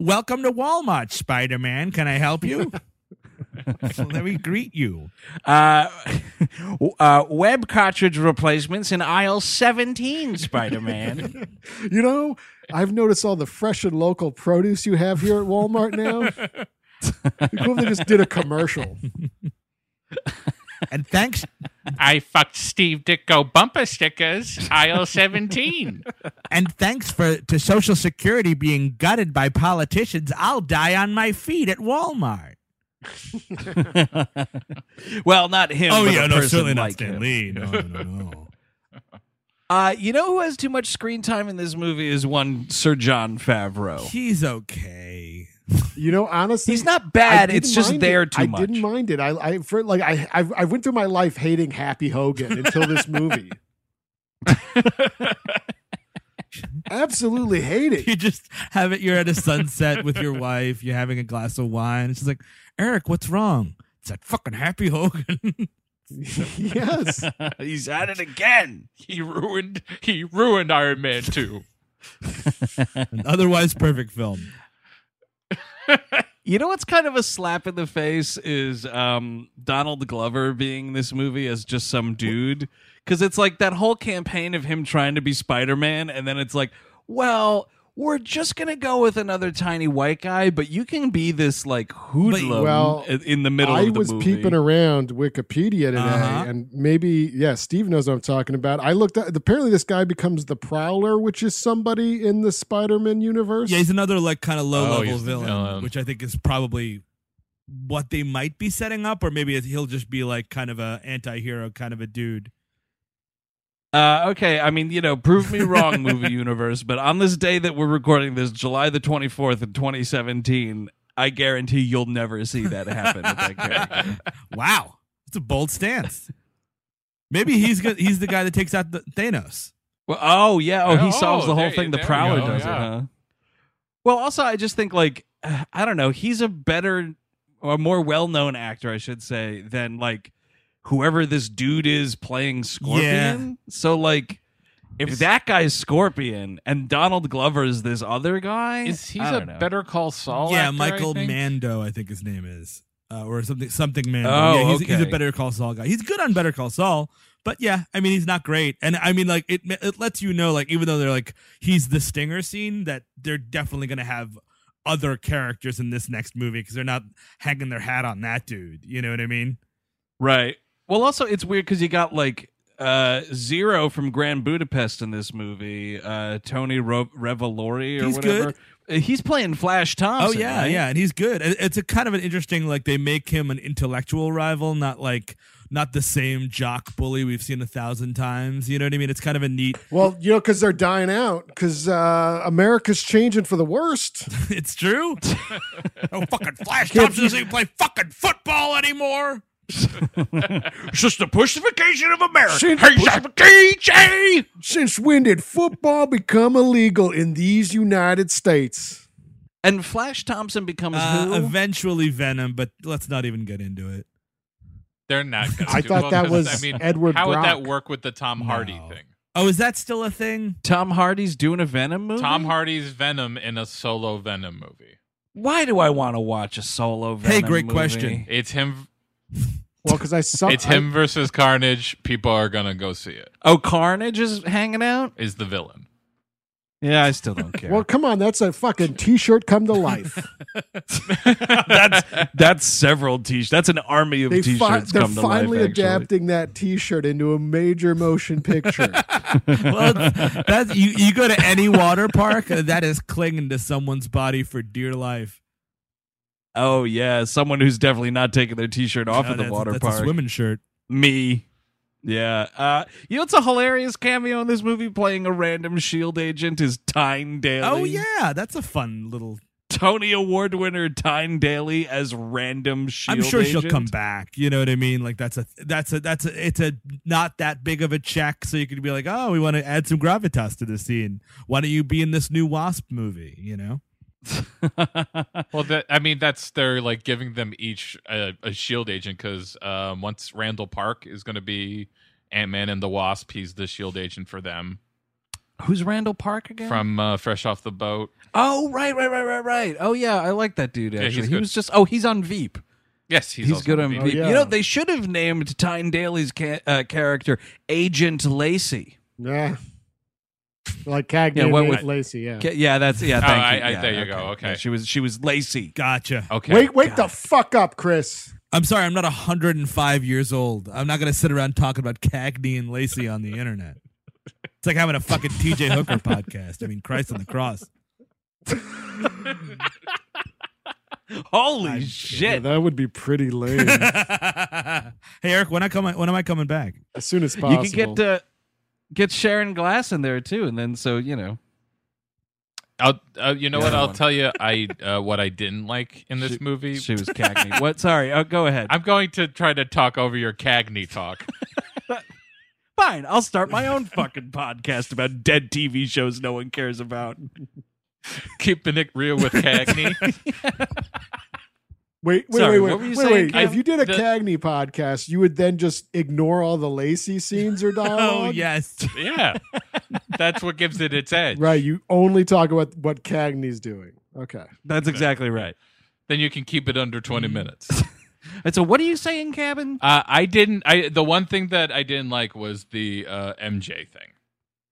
Speaker 3: Welcome to Walmart, Spider Man. Can I help you? Let me greet you.
Speaker 1: Uh, uh, web cartridge replacements in aisle <laughs> 17, Spider Man.
Speaker 4: you know, I've noticed all the fresh and local produce you have here at Walmart now.
Speaker 1: <laughs>
Speaker 4: cool if they just did a commercial.
Speaker 3: And thanks
Speaker 2: I fucked Steve Ditko bumper stickers, aisle 17.
Speaker 3: and thanks for to Social Security being gutted by politicians. I'll die on my feet at Walmart.
Speaker 1: <laughs> well, not him.
Speaker 3: Oh,
Speaker 1: but a person like him.
Speaker 3: Lee. No,
Speaker 1: <laughs>
Speaker 3: no, no.
Speaker 1: Uh, you know who has too much screen time in this movie is one Sir John Favreau.
Speaker 3: He's okay.
Speaker 4: You know, honestly,
Speaker 1: He's not
Speaker 4: I
Speaker 1: bad.
Speaker 4: didn't
Speaker 1: It's just
Speaker 4: mind
Speaker 1: there
Speaker 4: it.
Speaker 1: too
Speaker 4: I
Speaker 1: much.
Speaker 4: didn't mind it. I, I for, like I, I I went through my life hating Happy Hogan until
Speaker 1: <laughs>
Speaker 4: this movie. Absolutely
Speaker 1: <laughs>
Speaker 4: hated.
Speaker 3: You just have it. You're at a sunset with your wife. You're having a glass of wine. And she's like, Eric, what's wrong? It's that fucking Happy Hogan. <laughs>
Speaker 4: yes.
Speaker 1: <laughs> He's at it again.
Speaker 2: He ruined he ruined Iron Man 2.
Speaker 3: An otherwise perfect film.
Speaker 1: You know what's kind of a slap in the face is um, Donald Glover being in this movie as just some dude. Because it's like that whole campaign of him trying to be Spider Man, and then it's like, well, we're just going to go with another tiny white guy, but you can be this like hoodlum
Speaker 4: Well,
Speaker 1: in- in the middle
Speaker 4: I
Speaker 1: of the
Speaker 4: was
Speaker 1: movie.
Speaker 4: peeping around Wikipedia today,
Speaker 3: Uh-huh.
Speaker 4: and maybe yeah, Steve knows what I'm talking about. I looked at apparently this guy becomes the Prowler, which is somebody in the Spider-Man universe.
Speaker 3: Yeah, he's another like kind of low
Speaker 2: Oh,
Speaker 3: level
Speaker 2: he's the
Speaker 3: villain,
Speaker 2: villain.
Speaker 3: which I think is probably what they might be setting up, or maybe it- he'll just be like kind of a anti-hero kind of
Speaker 2: <laughs>
Speaker 3: a dude.
Speaker 1: Uh, okay, I mean, you know, prove me wrong, movie <laughs> universe, but on this day that we're recording this, July the 24th in 2017, I guarantee you'll never see that happen with that character.
Speaker 3: Wow, it's a bold stance. Maybe he's go- he's the guy that takes out the Thanos.
Speaker 1: Well, oh yeah, oh he
Speaker 2: Oh,
Speaker 1: solves the
Speaker 2: there
Speaker 1: whole
Speaker 2: you-
Speaker 1: thing. The
Speaker 2: there you
Speaker 1: Prowler
Speaker 2: go,
Speaker 1: does it. Huh?
Speaker 2: yeah.
Speaker 1: Well, also I just think like <sighs> uh, I don't know. He's a better or more well-known actor, I should say, than like whoever this dude is playing Scorpion. So like. If
Speaker 2: Is-
Speaker 1: that guy's Scorpion and Donald Glover is this other guy,
Speaker 2: Is he's
Speaker 1: I
Speaker 2: a
Speaker 1: don't know.
Speaker 2: Better Call Saul?
Speaker 3: yeah,
Speaker 2: actor,
Speaker 3: Michael
Speaker 2: I think?
Speaker 3: Mando, I think his name is, uh, or something something Mando.
Speaker 1: Oh,
Speaker 3: yeah, he's, he's
Speaker 1: okay.
Speaker 3: a Better Call Saul guy. He's good on Better Call Saul, but yeah, I mean he's not great, and I mean like it it lets you know like even though they're like he's the stinger scene that they're definitely gonna have other characters in this next movie because they're not hanging their hat on that dude. You know what I mean?
Speaker 1: Right. Well, also it's weird because you got like uh Zero from Grand Budapest in this movie, uh Tony Ro- Revolori or
Speaker 3: He's
Speaker 1: whatever. Uh, He's playing Flash
Speaker 3: Oh
Speaker 1: Thompson.
Speaker 3: yeah,
Speaker 1: right?
Speaker 3: yeah, and he's good. It- It's a kind of an interesting like they make him an intellectual rival, not like not the same jock bully we've seen a thousand times. You know what I mean? It's kind of a neat.
Speaker 4: Well, you know, because they're dying out, because uh, America's changing for the worst.
Speaker 3: It's true. no fucking Flash Thompson doesn't even play fucking football anymore.
Speaker 5: It's just the pussification of America.
Speaker 4: Since,
Speaker 5: He's a DJ.
Speaker 4: since when did football become illegal in these United States?
Speaker 1: And Flash Thompson becomes
Speaker 3: Uh,
Speaker 1: who?
Speaker 3: eventually Venom, but let's not even get into it.
Speaker 2: They're not going to
Speaker 4: I thought that was
Speaker 2: I mean,
Speaker 4: Edward
Speaker 2: How would that
Speaker 4: Brock.
Speaker 2: work with the Tom Hardy
Speaker 3: No.
Speaker 2: thing?
Speaker 3: Oh, is that still a thing?
Speaker 1: Tom Hardy's doing a Venom movie.
Speaker 2: Tom Hardy's Venom in a solo Venom movie.
Speaker 1: Why do I want to watch a solo Venom?
Speaker 3: great
Speaker 1: movie?
Speaker 3: question.
Speaker 2: It's him
Speaker 4: Well, because I saw
Speaker 2: it's him versus Carnage. People are going to go see it.
Speaker 1: Oh, Carnage is hanging out.
Speaker 2: Is
Speaker 1: <laughs>
Speaker 2: the villain.
Speaker 1: Yeah, I still
Speaker 3: <laughs>
Speaker 1: don't
Speaker 4: I-
Speaker 1: care.
Speaker 4: well, come on, that's a fucking T-shirt come
Speaker 1: <laughs>
Speaker 4: to life.
Speaker 1: that's that's several t-shirts. That's an army of
Speaker 4: They
Speaker 1: t-shirts
Speaker 4: fi- they're
Speaker 1: come to
Speaker 4: finally
Speaker 1: life. actually. <laughs>
Speaker 4: adapting that T-shirt into a major motion picture.
Speaker 3: Well, it's- that's, you, you go to any water park, uh, that is clinging to someone's body for dear life.
Speaker 1: Oh yeah, someone who's definitely not taking their t-shirt off
Speaker 3: No,
Speaker 1: at the
Speaker 3: Oh, that's-
Speaker 1: water
Speaker 3: that's
Speaker 1: park.
Speaker 3: a swimming shirt.
Speaker 1: Me. Yeah. Uh, you know, it's a hilarious cameo in this E movie. Playing a random shield agent is Tyne Daly.
Speaker 3: Oh yeah, that's a fun little
Speaker 1: Tony Award winner Tyne Daly as random Shield.
Speaker 3: I'm sure she'll
Speaker 1: agent?
Speaker 3: come back. You know what I mean? Like that's a that's a that's a it's a not that big of a check. So you could be like, oh, we want to add some gravitas to the scene. Why don't you be in this new Wasp movie? You know?
Speaker 2: Well, that I mean, that's they're like giving them each a, a shield E agent because um, once Randall Park is going to be Ant Man and the Wasp, he's the shield E agent for them
Speaker 1: <laughs> Who's Randall Park again?
Speaker 2: from uh, Fresh Off the Boat.
Speaker 1: oh right right right right right. Oh yeah, I like that dude. Actually,
Speaker 2: he's
Speaker 1: he
Speaker 2: good.
Speaker 1: was just oh he's on Veep.
Speaker 2: Yes, he's,
Speaker 1: He's,
Speaker 2: also
Speaker 1: good
Speaker 2: gonna
Speaker 1: on
Speaker 2: be-
Speaker 1: Veep.
Speaker 4: yeah.
Speaker 3: Oh,
Speaker 1: You know they should have named Tyne Daly's ca- uh, character Agent Lacey.
Speaker 4: Yeah. Like Cagney
Speaker 1: Yeah,
Speaker 4: and
Speaker 1: what
Speaker 4: Nate
Speaker 1: would-
Speaker 4: Lacey, yeah.
Speaker 1: Ca- Yeah, that's yeah. Thank
Speaker 2: I-
Speaker 1: you.
Speaker 2: I-
Speaker 1: Yeah,
Speaker 2: there you go. Okay.
Speaker 1: Yeah, she was she was Lacey.
Speaker 3: Gotcha.
Speaker 2: Okay.
Speaker 4: Wait, wake the fuck up, Chris.
Speaker 3: I'm sorry, I'm not 105 years old. I'm not gonna sit around talking about Cagney and Lacey on the internet. It's like having a fucking TJ Hooker podcast. I mean, Christ on the cross. <laughs>
Speaker 1: Holy
Speaker 3: I'm
Speaker 4: Yeah,
Speaker 1: shit!
Speaker 4: that would be
Speaker 1: <laughs>
Speaker 4: pretty lame
Speaker 3: hey Eric, when I come, when am I coming back?
Speaker 4: as soon as
Speaker 1: You
Speaker 4: possible.
Speaker 1: could get uh, get Sharon Glass in there too, and then so you know.
Speaker 2: I'll, uh, you know
Speaker 1: Yeah,
Speaker 2: what?
Speaker 1: that
Speaker 2: I'll
Speaker 1: one.
Speaker 2: tell you. I uh, what I didn't like in this
Speaker 1: She-
Speaker 2: movie.
Speaker 1: She was <laughs> Cagney. what? Sorry. Oh, go ahead.
Speaker 2: I'm going to try to talk over your Cagney talk.
Speaker 1: fine. I'll start my own fucking podcast about dead TV shows no one cares about.
Speaker 2: Keeping it real with Cagney.
Speaker 4: Wait, wait,
Speaker 1: Sorry,
Speaker 4: wait,
Speaker 1: what were
Speaker 4: wait,
Speaker 1: you
Speaker 4: wait,
Speaker 1: saying,
Speaker 4: wait.
Speaker 1: Kev?
Speaker 4: If you did a
Speaker 2: The-
Speaker 4: Cagney podcast, you would then just ignore all the Lacey scenes
Speaker 1: <laughs>
Speaker 4: or dialogue.
Speaker 3: Oh yes.
Speaker 2: yeah, that's what gives it its edge.
Speaker 4: Right, you only talk about what Cagney's doing. Okay.
Speaker 1: That's exactly right.
Speaker 2: Then you can keep it under 20 minutes.
Speaker 1: And so, what do you say in cabin?
Speaker 2: Uh, I didn't. I the one thing that I didn't like was the uh, MJ thing.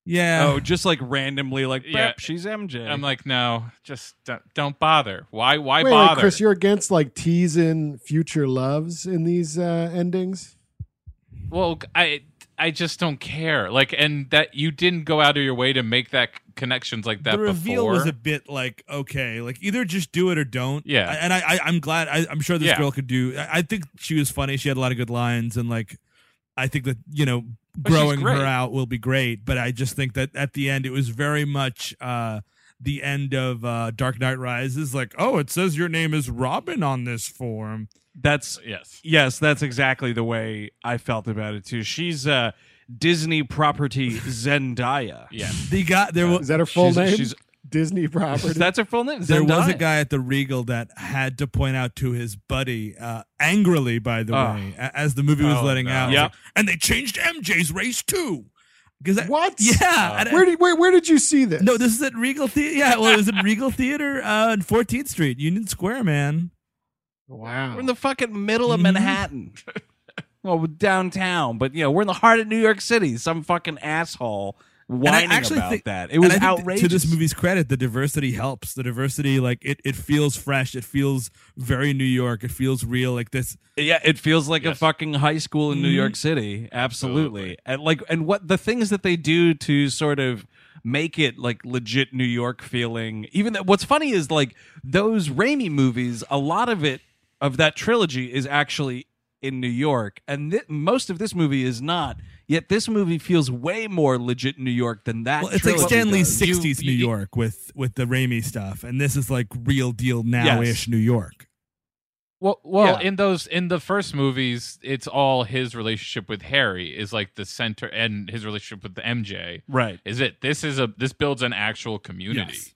Speaker 3: Yeah.
Speaker 1: Oh, just like randomly, like
Speaker 2: Yeah.
Speaker 1: "Bep, she's MJ.
Speaker 2: I'm like, no, just don't, don't bother. Why? Why
Speaker 4: wait, wait,
Speaker 2: bother?
Speaker 4: Chris, you're against like teasing future loves in these uh, endings?
Speaker 2: well, I I just don't care. Like, and that you didn't go out of your way to make that connections like that
Speaker 3: the reveal
Speaker 2: before.
Speaker 3: was a bit like okay, like either just do it or don't.
Speaker 2: Yeah.
Speaker 3: I- and I, I I'm glad. I, I'm sure this
Speaker 2: Yeah.
Speaker 3: girl could do. I, I think she was funny. She had a lot of good lines, and like I think that you know
Speaker 2: she's
Speaker 3: growing her
Speaker 2: great.
Speaker 3: out will be great. But I just think that at the end it was very much. uh the end of uh, Dark Knight Rises, like, oh, it says your name is Robin on this form.
Speaker 1: that's
Speaker 2: yes.
Speaker 1: yes, that's exactly the way I felt about it too. She's uh, Disney <laughs> property Zendaya.
Speaker 2: Yeah.
Speaker 3: They got there.
Speaker 4: Is
Speaker 3: Was,
Speaker 4: that her full
Speaker 1: She's-
Speaker 4: name?
Speaker 1: she's-
Speaker 4: Disney property.
Speaker 1: That's her full name.
Speaker 3: there was a
Speaker 1: Zendaya.
Speaker 3: guy at the Regal that had to point out to his buddy, uh, angrily, by the
Speaker 1: Oh.
Speaker 3: way, a- as the movie was
Speaker 2: Oh,
Speaker 3: letting
Speaker 2: no.
Speaker 3: out.
Speaker 1: Yep.
Speaker 3: like, and they changed MJ's race too. Because
Speaker 4: what?
Speaker 3: Yeah. and-
Speaker 4: Where did where, where did you see this?
Speaker 3: no, this is at Regal Theater. Yeah, well, it
Speaker 1: <laughs>
Speaker 3: was at Regal Theater uh, in 14th Street, Union Square, man.
Speaker 4: Wow.
Speaker 1: We're in the fucking middle of
Speaker 3: Mhm.
Speaker 1: Manhattan. Mm-hmm. <laughs> well, downtown, but you know, we're in the heart of New York City. Some fucking asshole whining
Speaker 3: actually
Speaker 1: about
Speaker 3: think-
Speaker 1: that. It was
Speaker 3: And I think th-
Speaker 1: outrageous.
Speaker 3: To this movie's credit, the diversity helps. The diversity, like it, it feels fresh. It feels very New York. It feels real. Like this,
Speaker 1: Yeah, it feels like a
Speaker 2: Yes.
Speaker 1: fucking high school in New
Speaker 3: Mhm.
Speaker 1: York City. Absolutely. And like and what the things that they do to sort of make it like legit New York feeling. Even that what's funny is like those Raimi movies, a lot of it of that trilogy is actually in New York and thi- most of this movie is not. Yet this movie feels way more legit New York than that.
Speaker 3: well, it's like
Speaker 1: trilogy
Speaker 3: Stanley's
Speaker 1: does.
Speaker 2: You-
Speaker 3: 60s New
Speaker 2: you-
Speaker 3: York with with the Raimi stuff, and this is like real deal now ish
Speaker 1: Yes.
Speaker 3: New York.
Speaker 2: Well, well,
Speaker 1: Yeah.
Speaker 2: in those in the first movies, it's all his relationship with Harry is like the center, and his relationship with the MJ
Speaker 1: Right.
Speaker 2: is it. This is a this builds an actual community.
Speaker 3: Yes.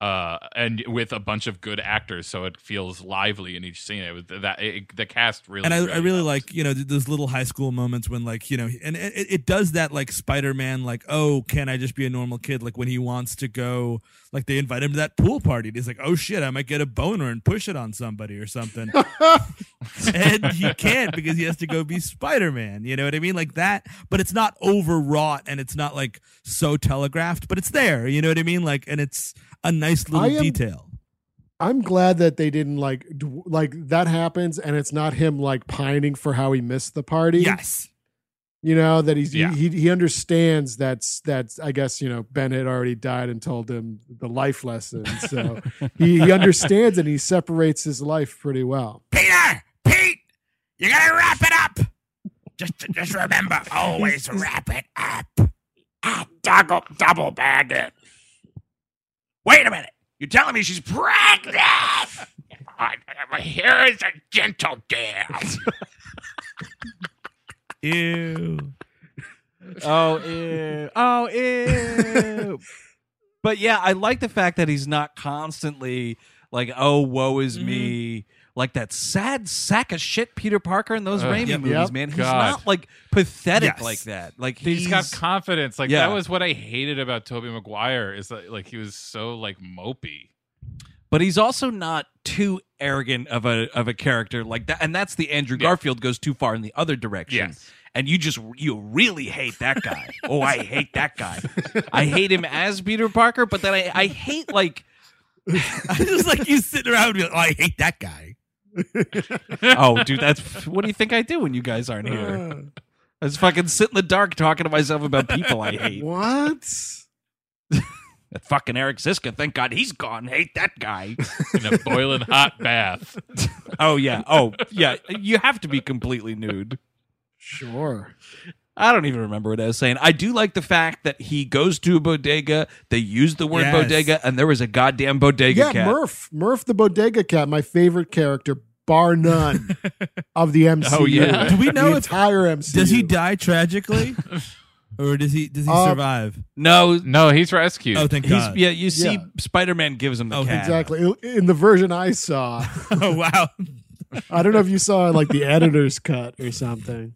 Speaker 2: Uh, and with a bunch of good actors, so it feels lively in each scene. It was that it, the cast really
Speaker 3: and I,
Speaker 2: really,
Speaker 3: I really
Speaker 2: helps.
Speaker 3: like you know th- those little high school moments when like you know and it, it- it does that like spider-man like oh can i just be a normal kid like when he wants to go like they invite him to that pool party and he's like oh shit i might get a boner and push it on somebody or
Speaker 4: <laughs>
Speaker 3: something and he can't because he has to go be spider-man you know what i mean like that but it's not overwrought and it's not like so telegraphed but it's there you know what i mean like and it's a nice
Speaker 4: I
Speaker 3: little
Speaker 4: am-
Speaker 3: detail
Speaker 4: I'm glad that they didn't like d- like that happens and it's not him like pining for how he missed the party.
Speaker 3: yes
Speaker 4: You know that he's
Speaker 2: Yeah.
Speaker 4: he, he he understands that's that's I guess you know Ben had already died and told him the life lesson. So he, he understands and he separates his life pretty well.
Speaker 5: Peter, Pete, you gotta wrap it up. Just, just remember, always wrap it up. Ah, double, double bag it. Wait a minute. You're telling me she's pregnant? I, my hair is a gentle dance.
Speaker 3: Ew. <laughs>
Speaker 1: Oh, ew. Oh, ew. but yeah, I like the fact that he's not constantly like, oh, woe is me. Like that sad sack of shit Peter Parker in those
Speaker 2: Ugh.
Speaker 1: Raimi
Speaker 4: Yep.
Speaker 1: movies,
Speaker 4: Yep.
Speaker 1: man. He's
Speaker 2: God.
Speaker 1: not like pathetic
Speaker 3: Yes.
Speaker 1: like that. Like he's,
Speaker 2: <laughs> he's got confidence. Like
Speaker 1: Yeah.
Speaker 2: that was what I hated about Toby Maguire is that like he was so like mopey.
Speaker 1: but he's also not too arrogant of a of a character like that. And that's the Andrew
Speaker 2: Yeah.
Speaker 1: Garfield goes too far in the other direction. and you just you really hate that guy. oh, I hate that guy. I hate him as Peter Parker, but then I, I hate like
Speaker 3: I just like you sitting around and be like, oh, I hate that guy.
Speaker 1: oh dude, that's what do you think I do when you guys aren't here?
Speaker 4: <sighs> Uh,
Speaker 1: I just fucking sit in the dark talking to myself about people I
Speaker 4: <laughs>
Speaker 1: hate.
Speaker 4: what?
Speaker 1: That fucking Eric Ziska, thank God he's gone. Hate that guy.
Speaker 2: in a boiling hot bath.
Speaker 1: Oh yeah. Oh yeah. You have to be completely nude.
Speaker 4: Sure.
Speaker 1: I don't even remember what I was saying. I do like the fact that he goes to a bodega. They use the word
Speaker 3: Yes.
Speaker 1: bodega, and there was a goddamn bodega
Speaker 4: yeah,
Speaker 1: cat.
Speaker 4: Murph. Murph the Bodega Cat, my favorite character, bar none, of the MCU.
Speaker 2: Oh, yeah.
Speaker 3: Do we know
Speaker 4: the
Speaker 3: if-
Speaker 4: entire MCU?
Speaker 3: Does he die tragically? or does he does he
Speaker 4: Uh,
Speaker 3: survive?
Speaker 1: No,
Speaker 2: No, he's rescued.
Speaker 3: Oh, thank
Speaker 1: He's <laughs>
Speaker 3: God.
Speaker 1: yeah. You see,
Speaker 4: Yeah.
Speaker 1: Spider Man gives him the
Speaker 3: Oh,
Speaker 1: cat.
Speaker 4: Exactly. In the version I saw,
Speaker 3: oh, wow.
Speaker 4: I don't know if you saw
Speaker 2: <laughs>
Speaker 4: like the editor's cut or something.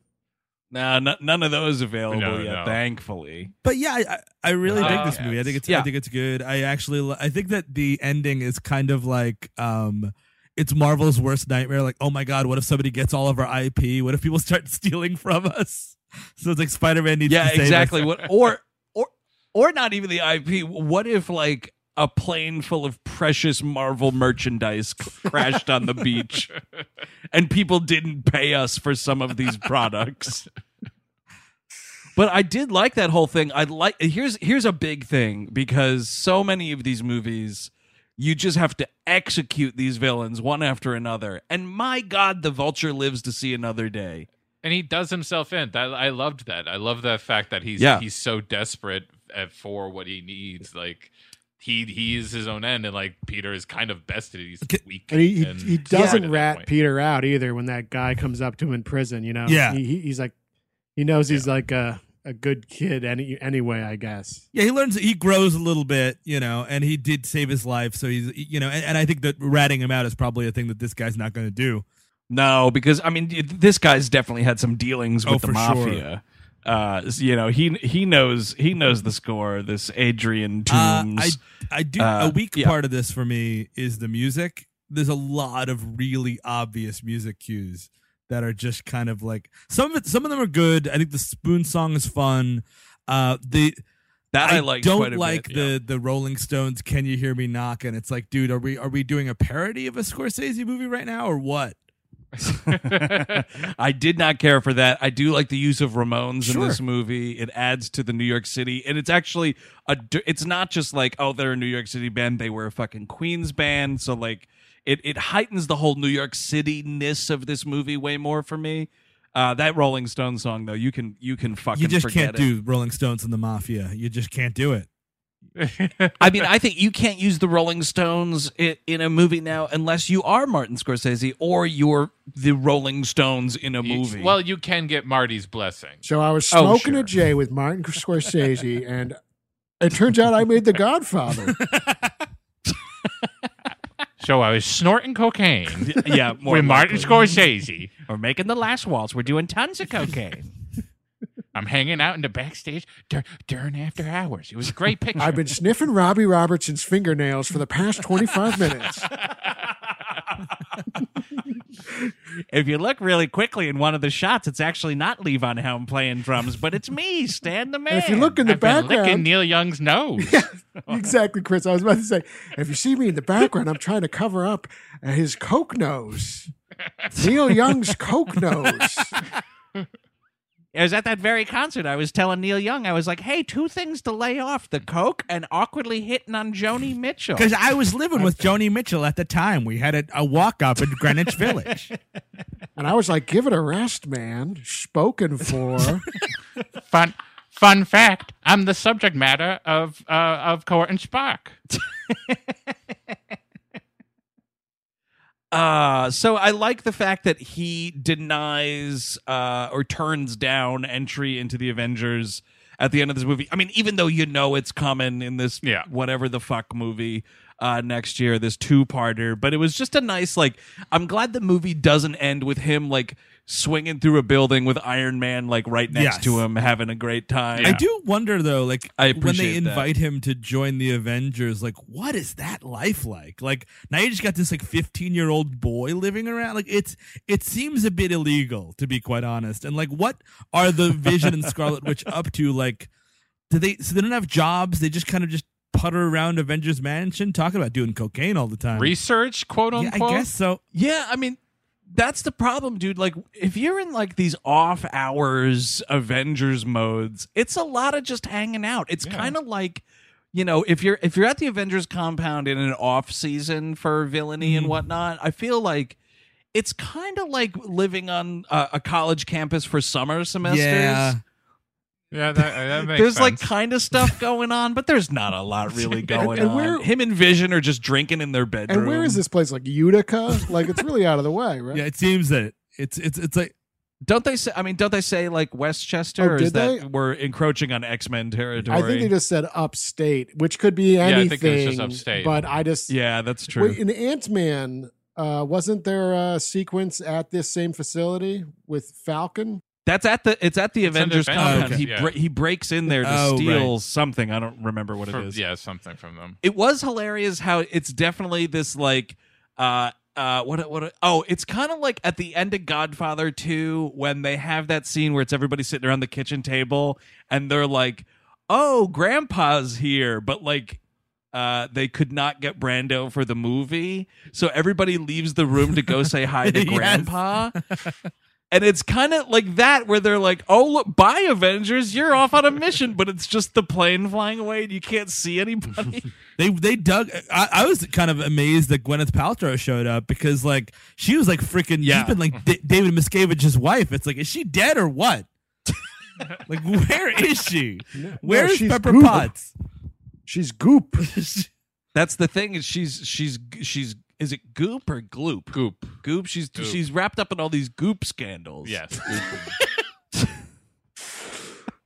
Speaker 1: No, n- none of those available
Speaker 2: No,
Speaker 1: yet.
Speaker 2: no.
Speaker 1: Thankfully,
Speaker 3: But yeah, I, I- I really dig this
Speaker 2: Uh,
Speaker 3: movie. I think it's I
Speaker 1: Oh, yeah.
Speaker 3: think it's good. I actually li- I think that the ending is kind of like um it's Marvel's worst nightmare. Like, oh my god, what if somebody gets all of our IP? What if people <laughs> start stealing from us? So it's like Spider Man needs
Speaker 1: yeah,
Speaker 3: to save us.
Speaker 1: exactly. What
Speaker 3: <laughs>
Speaker 1: or or or not even the IP. What if like a plane full of precious Marvel merchandise c- crashed on the
Speaker 3: <laughs>
Speaker 1: beach, and people didn't pay us for some of these products? But I did like that whole thing. I like here's here's a big thing because so many of these movies you just have to execute these villains one after another. And my god, the vulture lives to see another day.
Speaker 2: and he does himself in. That I loved that. I love the fact that he's
Speaker 1: Yeah.
Speaker 2: he's so desperate at, for what he needs. Like he he is his own end, and like Peter is kind of bested. He's weak,
Speaker 4: And he, he,
Speaker 2: and
Speaker 4: he
Speaker 2: desperate
Speaker 4: doesn't
Speaker 2: at that
Speaker 4: rat
Speaker 2: point.
Speaker 4: Peter out either when that guy comes up to him in prison, you know?
Speaker 3: Yeah.
Speaker 4: He, he, he's like, he knows he's like a, a good kid any, anyway, I guess.
Speaker 3: Yeah, he learns he grows a little bit, you know, and he did save his life. So he's you know, and, and I think that ratting him out is probably a thing that this guy's not gonna do.
Speaker 1: No, because I mean, y- this guy's definitely had some dealings with
Speaker 3: Oh,
Speaker 1: the
Speaker 3: for
Speaker 1: mafia. Uh, s- you know, he he knows he knows the score. This Adrian
Speaker 3: Uh,
Speaker 1: Toomes.
Speaker 3: I I do
Speaker 1: Uh,
Speaker 3: a weak
Speaker 1: yeah.
Speaker 3: part of this for me is the music. There's a lot of really obvious music cues that are just kind of like some of it, some of them are good. I think the spoon song is fun. Uh, the
Speaker 1: that I,
Speaker 3: like
Speaker 1: liked
Speaker 3: don't
Speaker 1: quite a
Speaker 3: like
Speaker 1: bit,
Speaker 3: the
Speaker 1: yeah.
Speaker 3: the Rolling Stones. Can you hear me knock? And it's like, dude, are we are we doing a parody of a Scorsese movie right now or what?
Speaker 2: <laughs>
Speaker 1: I did not care for that. I do like the use of Ramones
Speaker 3: Sure.
Speaker 1: in this movie. It adds to the New York City, and it's actually a. d- It's not just like oh, they're a New York City band. They were a fucking Queens band, so like it it heightens the whole New York City ness of this movie way more for me. Uh, that Rolling Stone song though, you can you can fucking
Speaker 3: You just
Speaker 1: forget
Speaker 3: can't
Speaker 1: it.
Speaker 3: do Rolling Stones and the Mafia. You just can't do it.
Speaker 1: I mean, I think you can't use the Rolling Stones i- in a movie now unless you are Martin Scorsese or you're the Rolling Stones in a
Speaker 2: You-
Speaker 1: movie.
Speaker 2: well, you can get Marty's blessing.
Speaker 4: So I was
Speaker 1: Oh,
Speaker 4: smoking
Speaker 1: sure.
Speaker 4: a J with Martin
Speaker 1: <laughs>
Speaker 4: Scorsese, and it turns out I made The Godfather.
Speaker 2: So I was snorting cocaine
Speaker 1: <laughs> yeah, <laughs> more
Speaker 2: with Martin
Speaker 1: likely.
Speaker 2: Scorsese.
Speaker 1: We're making the last waltz. We're doing tons of cocaine.
Speaker 2: I'm hanging out in the backstage dur- during after hours. It was a great picture.
Speaker 4: <laughs> I've been sniffing Robbie Robertson's fingernails for the past 25 minutes.
Speaker 1: if you look really quickly in one of the shots, it's actually not Levon Helm playing drums, but it's me, Stan the man.
Speaker 4: And if you look in the
Speaker 2: I've been licking
Speaker 4: background,
Speaker 2: Neil Young's nose.
Speaker 4: <laughs> exactly, Chris. I was about to say, if you see me in the background, I'm trying to cover up uh, his coke nose. Neil Young's coke nose.
Speaker 1: I was at that very concert. I was telling Neil Young, I was like, "Hey, two things to lay off: the coke and awkwardly hitting on Joni Mitchell."
Speaker 3: Because I was living with Joni Mitchell at the time. We had a, a walk up in Greenwich Village.
Speaker 4: And I was like, give it a rest, man. Spoken for.
Speaker 2: Fun, fun fact: I'm the subject matter of uh, of Court and Spark.
Speaker 1: Uh, so I like the fact that he denies uh, or turns down entry into the Avengers at the end of this movie. I mean, even though you know it's coming in this
Speaker 2: Yeah.
Speaker 1: whatever the fuck movie uh, next year, this two parter, but it was just a nice, like, I'm glad the movie doesn't end with him, like, swinging through a building with Iron Man, like, right next
Speaker 3: Yes.
Speaker 1: to him, having a great time.
Speaker 3: I do wonder though, like
Speaker 1: I
Speaker 3: when they
Speaker 1: appreciate that.
Speaker 3: invite him to join the Avengers, like what is that life like? Like now you just got this like fifteen year old boy living around. Like it's it seems a bit illegal to be quite honest. And like what are the Vision and Scarlet Witch up to? Like do they so they don't have jobs? They just kind of just putter around Avengers Mansion talking about doing cocaine all the time.
Speaker 2: Research, quote
Speaker 3: yeah, I
Speaker 2: unquote.
Speaker 3: guess so.
Speaker 1: Yeah, I mean, that's the problem, dude. Like, if you're in like these off hours Avengers modes, it's a lot of just hanging out. It's
Speaker 2: Yeah.
Speaker 1: kind of like, you know, if you're if you're at the Avengers compound in an off season for villainy
Speaker 4: Mm.
Speaker 1: and whatnot, I feel like it's kind of like living on a, a college campus for summer semesters.
Speaker 3: Yeah.
Speaker 2: Yeah, that, that makes
Speaker 1: There's like
Speaker 2: sense.
Speaker 1: kind of stuff going on, but there's not a lot
Speaker 4: <laughs>
Speaker 1: really going
Speaker 4: and
Speaker 1: on.
Speaker 4: where-
Speaker 1: Him and Vision are just drinking in their bedroom.
Speaker 4: And where is this place? Like Utica? like it's really out of the way, right?
Speaker 3: Yeah, it seems that it's it's it's like
Speaker 1: Don't they say? I mean, don't they say like Westchester?
Speaker 4: Oh,
Speaker 1: or is
Speaker 4: did they?
Speaker 1: that we're encroaching on X Men territory?
Speaker 4: I think they just said upstate, which could be
Speaker 2: I
Speaker 4: anything.
Speaker 2: think it was just upstate.
Speaker 4: But I just
Speaker 1: yeah, that's true.
Speaker 4: Wait, in Ant Man, uh, wasn't there a sequence at this same facility with Falcon?
Speaker 1: that's at the it's at the
Speaker 2: It's an
Speaker 1: Avengers
Speaker 2: Avengers,
Speaker 1: compound.
Speaker 2: okay.
Speaker 1: He
Speaker 2: yeah.
Speaker 1: bre- he breaks in there to
Speaker 3: Oh,
Speaker 1: steal something. I don't remember what
Speaker 2: From-
Speaker 1: it is.
Speaker 2: Yeah, something from them.
Speaker 1: It was hilarious how it's definitely this like uh uh what what oh it's kind of like at the end of Godfather 2 when they have that scene where it's everybody sitting around the kitchen table and they're like oh grandpa's here but like uh, they could not get Brando for the movie, so everybody leaves the room to go say hi to
Speaker 3: Yes.
Speaker 1: Grandpa. And it's kind of like that where they're like, "Oh, look, bye Avengers, you're off on a mission," but it's just the plane flying away and you can't see anybody.
Speaker 3: They they dug. I, I was kind of amazed that Gwyneth Paltrow showed up because like she was like freaking
Speaker 1: Yeah.
Speaker 3: deep in like
Speaker 1: <laughs>
Speaker 3: D- David Miscavige's wife. It's like is she dead or what? like where is she? Where
Speaker 4: no,
Speaker 3: is
Speaker 4: she's
Speaker 3: Pepper
Speaker 4: Google.
Speaker 3: Potts?
Speaker 2: <laughs>
Speaker 4: She's Goop.
Speaker 1: That's the thing is she's she's she's is it goop or gloop?
Speaker 2: Goop.
Speaker 1: Goop. She's
Speaker 2: Goop.
Speaker 1: she's wrapped up in all these goop scandals.
Speaker 2: Yes.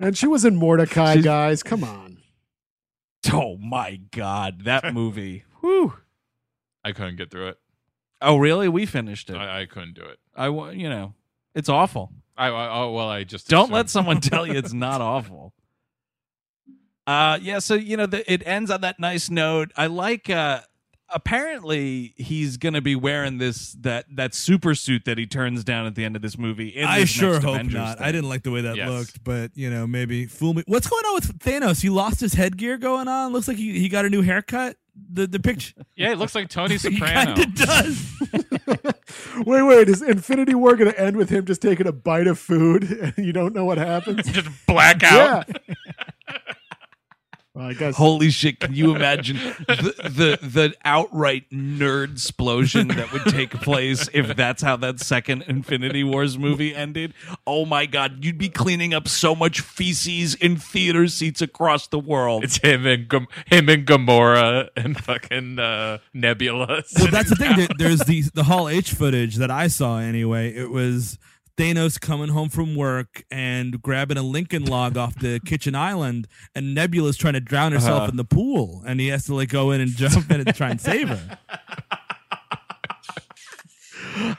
Speaker 4: And she was in Mordecai,
Speaker 1: She's-
Speaker 4: guys. Come on.
Speaker 1: <laughs> Oh my god,
Speaker 3: <laughs>
Speaker 1: that movie. Whew.
Speaker 2: I couldn't get through it.
Speaker 1: Oh really? We finished it. I,
Speaker 2: I, I couldn't do it.
Speaker 1: wa- you know, it's awful.
Speaker 2: I, I oh well, I just
Speaker 1: Don't
Speaker 2: assumed.
Speaker 1: let someone tell you it's not
Speaker 3: <laughs>
Speaker 1: awful. Uh yeah, so you know the, it ends on that nice note. I like uh apparently he's going to be wearing this that that super suit that he turns down at the end of this movie. in
Speaker 3: I
Speaker 1: this
Speaker 3: sure
Speaker 1: next
Speaker 3: hope
Speaker 1: Avengers
Speaker 3: not.
Speaker 1: thing.
Speaker 3: I didn't like the way that
Speaker 2: Yes.
Speaker 3: looked, but you know maybe fool me. What's going on with Thanos? He lost his headgear going on. Looks like he, he got a new haircut. The the picture
Speaker 2: Yeah, it looks like <laughs> Tony
Speaker 3: he
Speaker 2: Soprano.
Speaker 3: kind of does.
Speaker 4: Wait, wait. Is Infinity War going to end with him just taking a bite of food and <laughs> you don't know what happens?
Speaker 2: just black out.
Speaker 4: Yeah. well, I guess.
Speaker 1: Holy shit! Can you imagine the, the the outright nerd explosion that would take place if that's how that second Infinity Wars movie ended? Oh my god, you'd be cleaning up so much feces in theater seats across the world.
Speaker 2: It's <laughs> him and Gam- him and Gamora and fucking uh, Nebula.
Speaker 3: well, that's the thing. There, there's the the Hall H footage that I saw anyway. It was Thanos coming home from work and grabbing a Lincoln log off
Speaker 1: <laughs>
Speaker 3: the kitchen island, and Nebula's trying to drown
Speaker 1: Uh-huh.
Speaker 3: herself in the pool, and he has to like go in and jump in and try and
Speaker 1: <laughs>
Speaker 3: save her.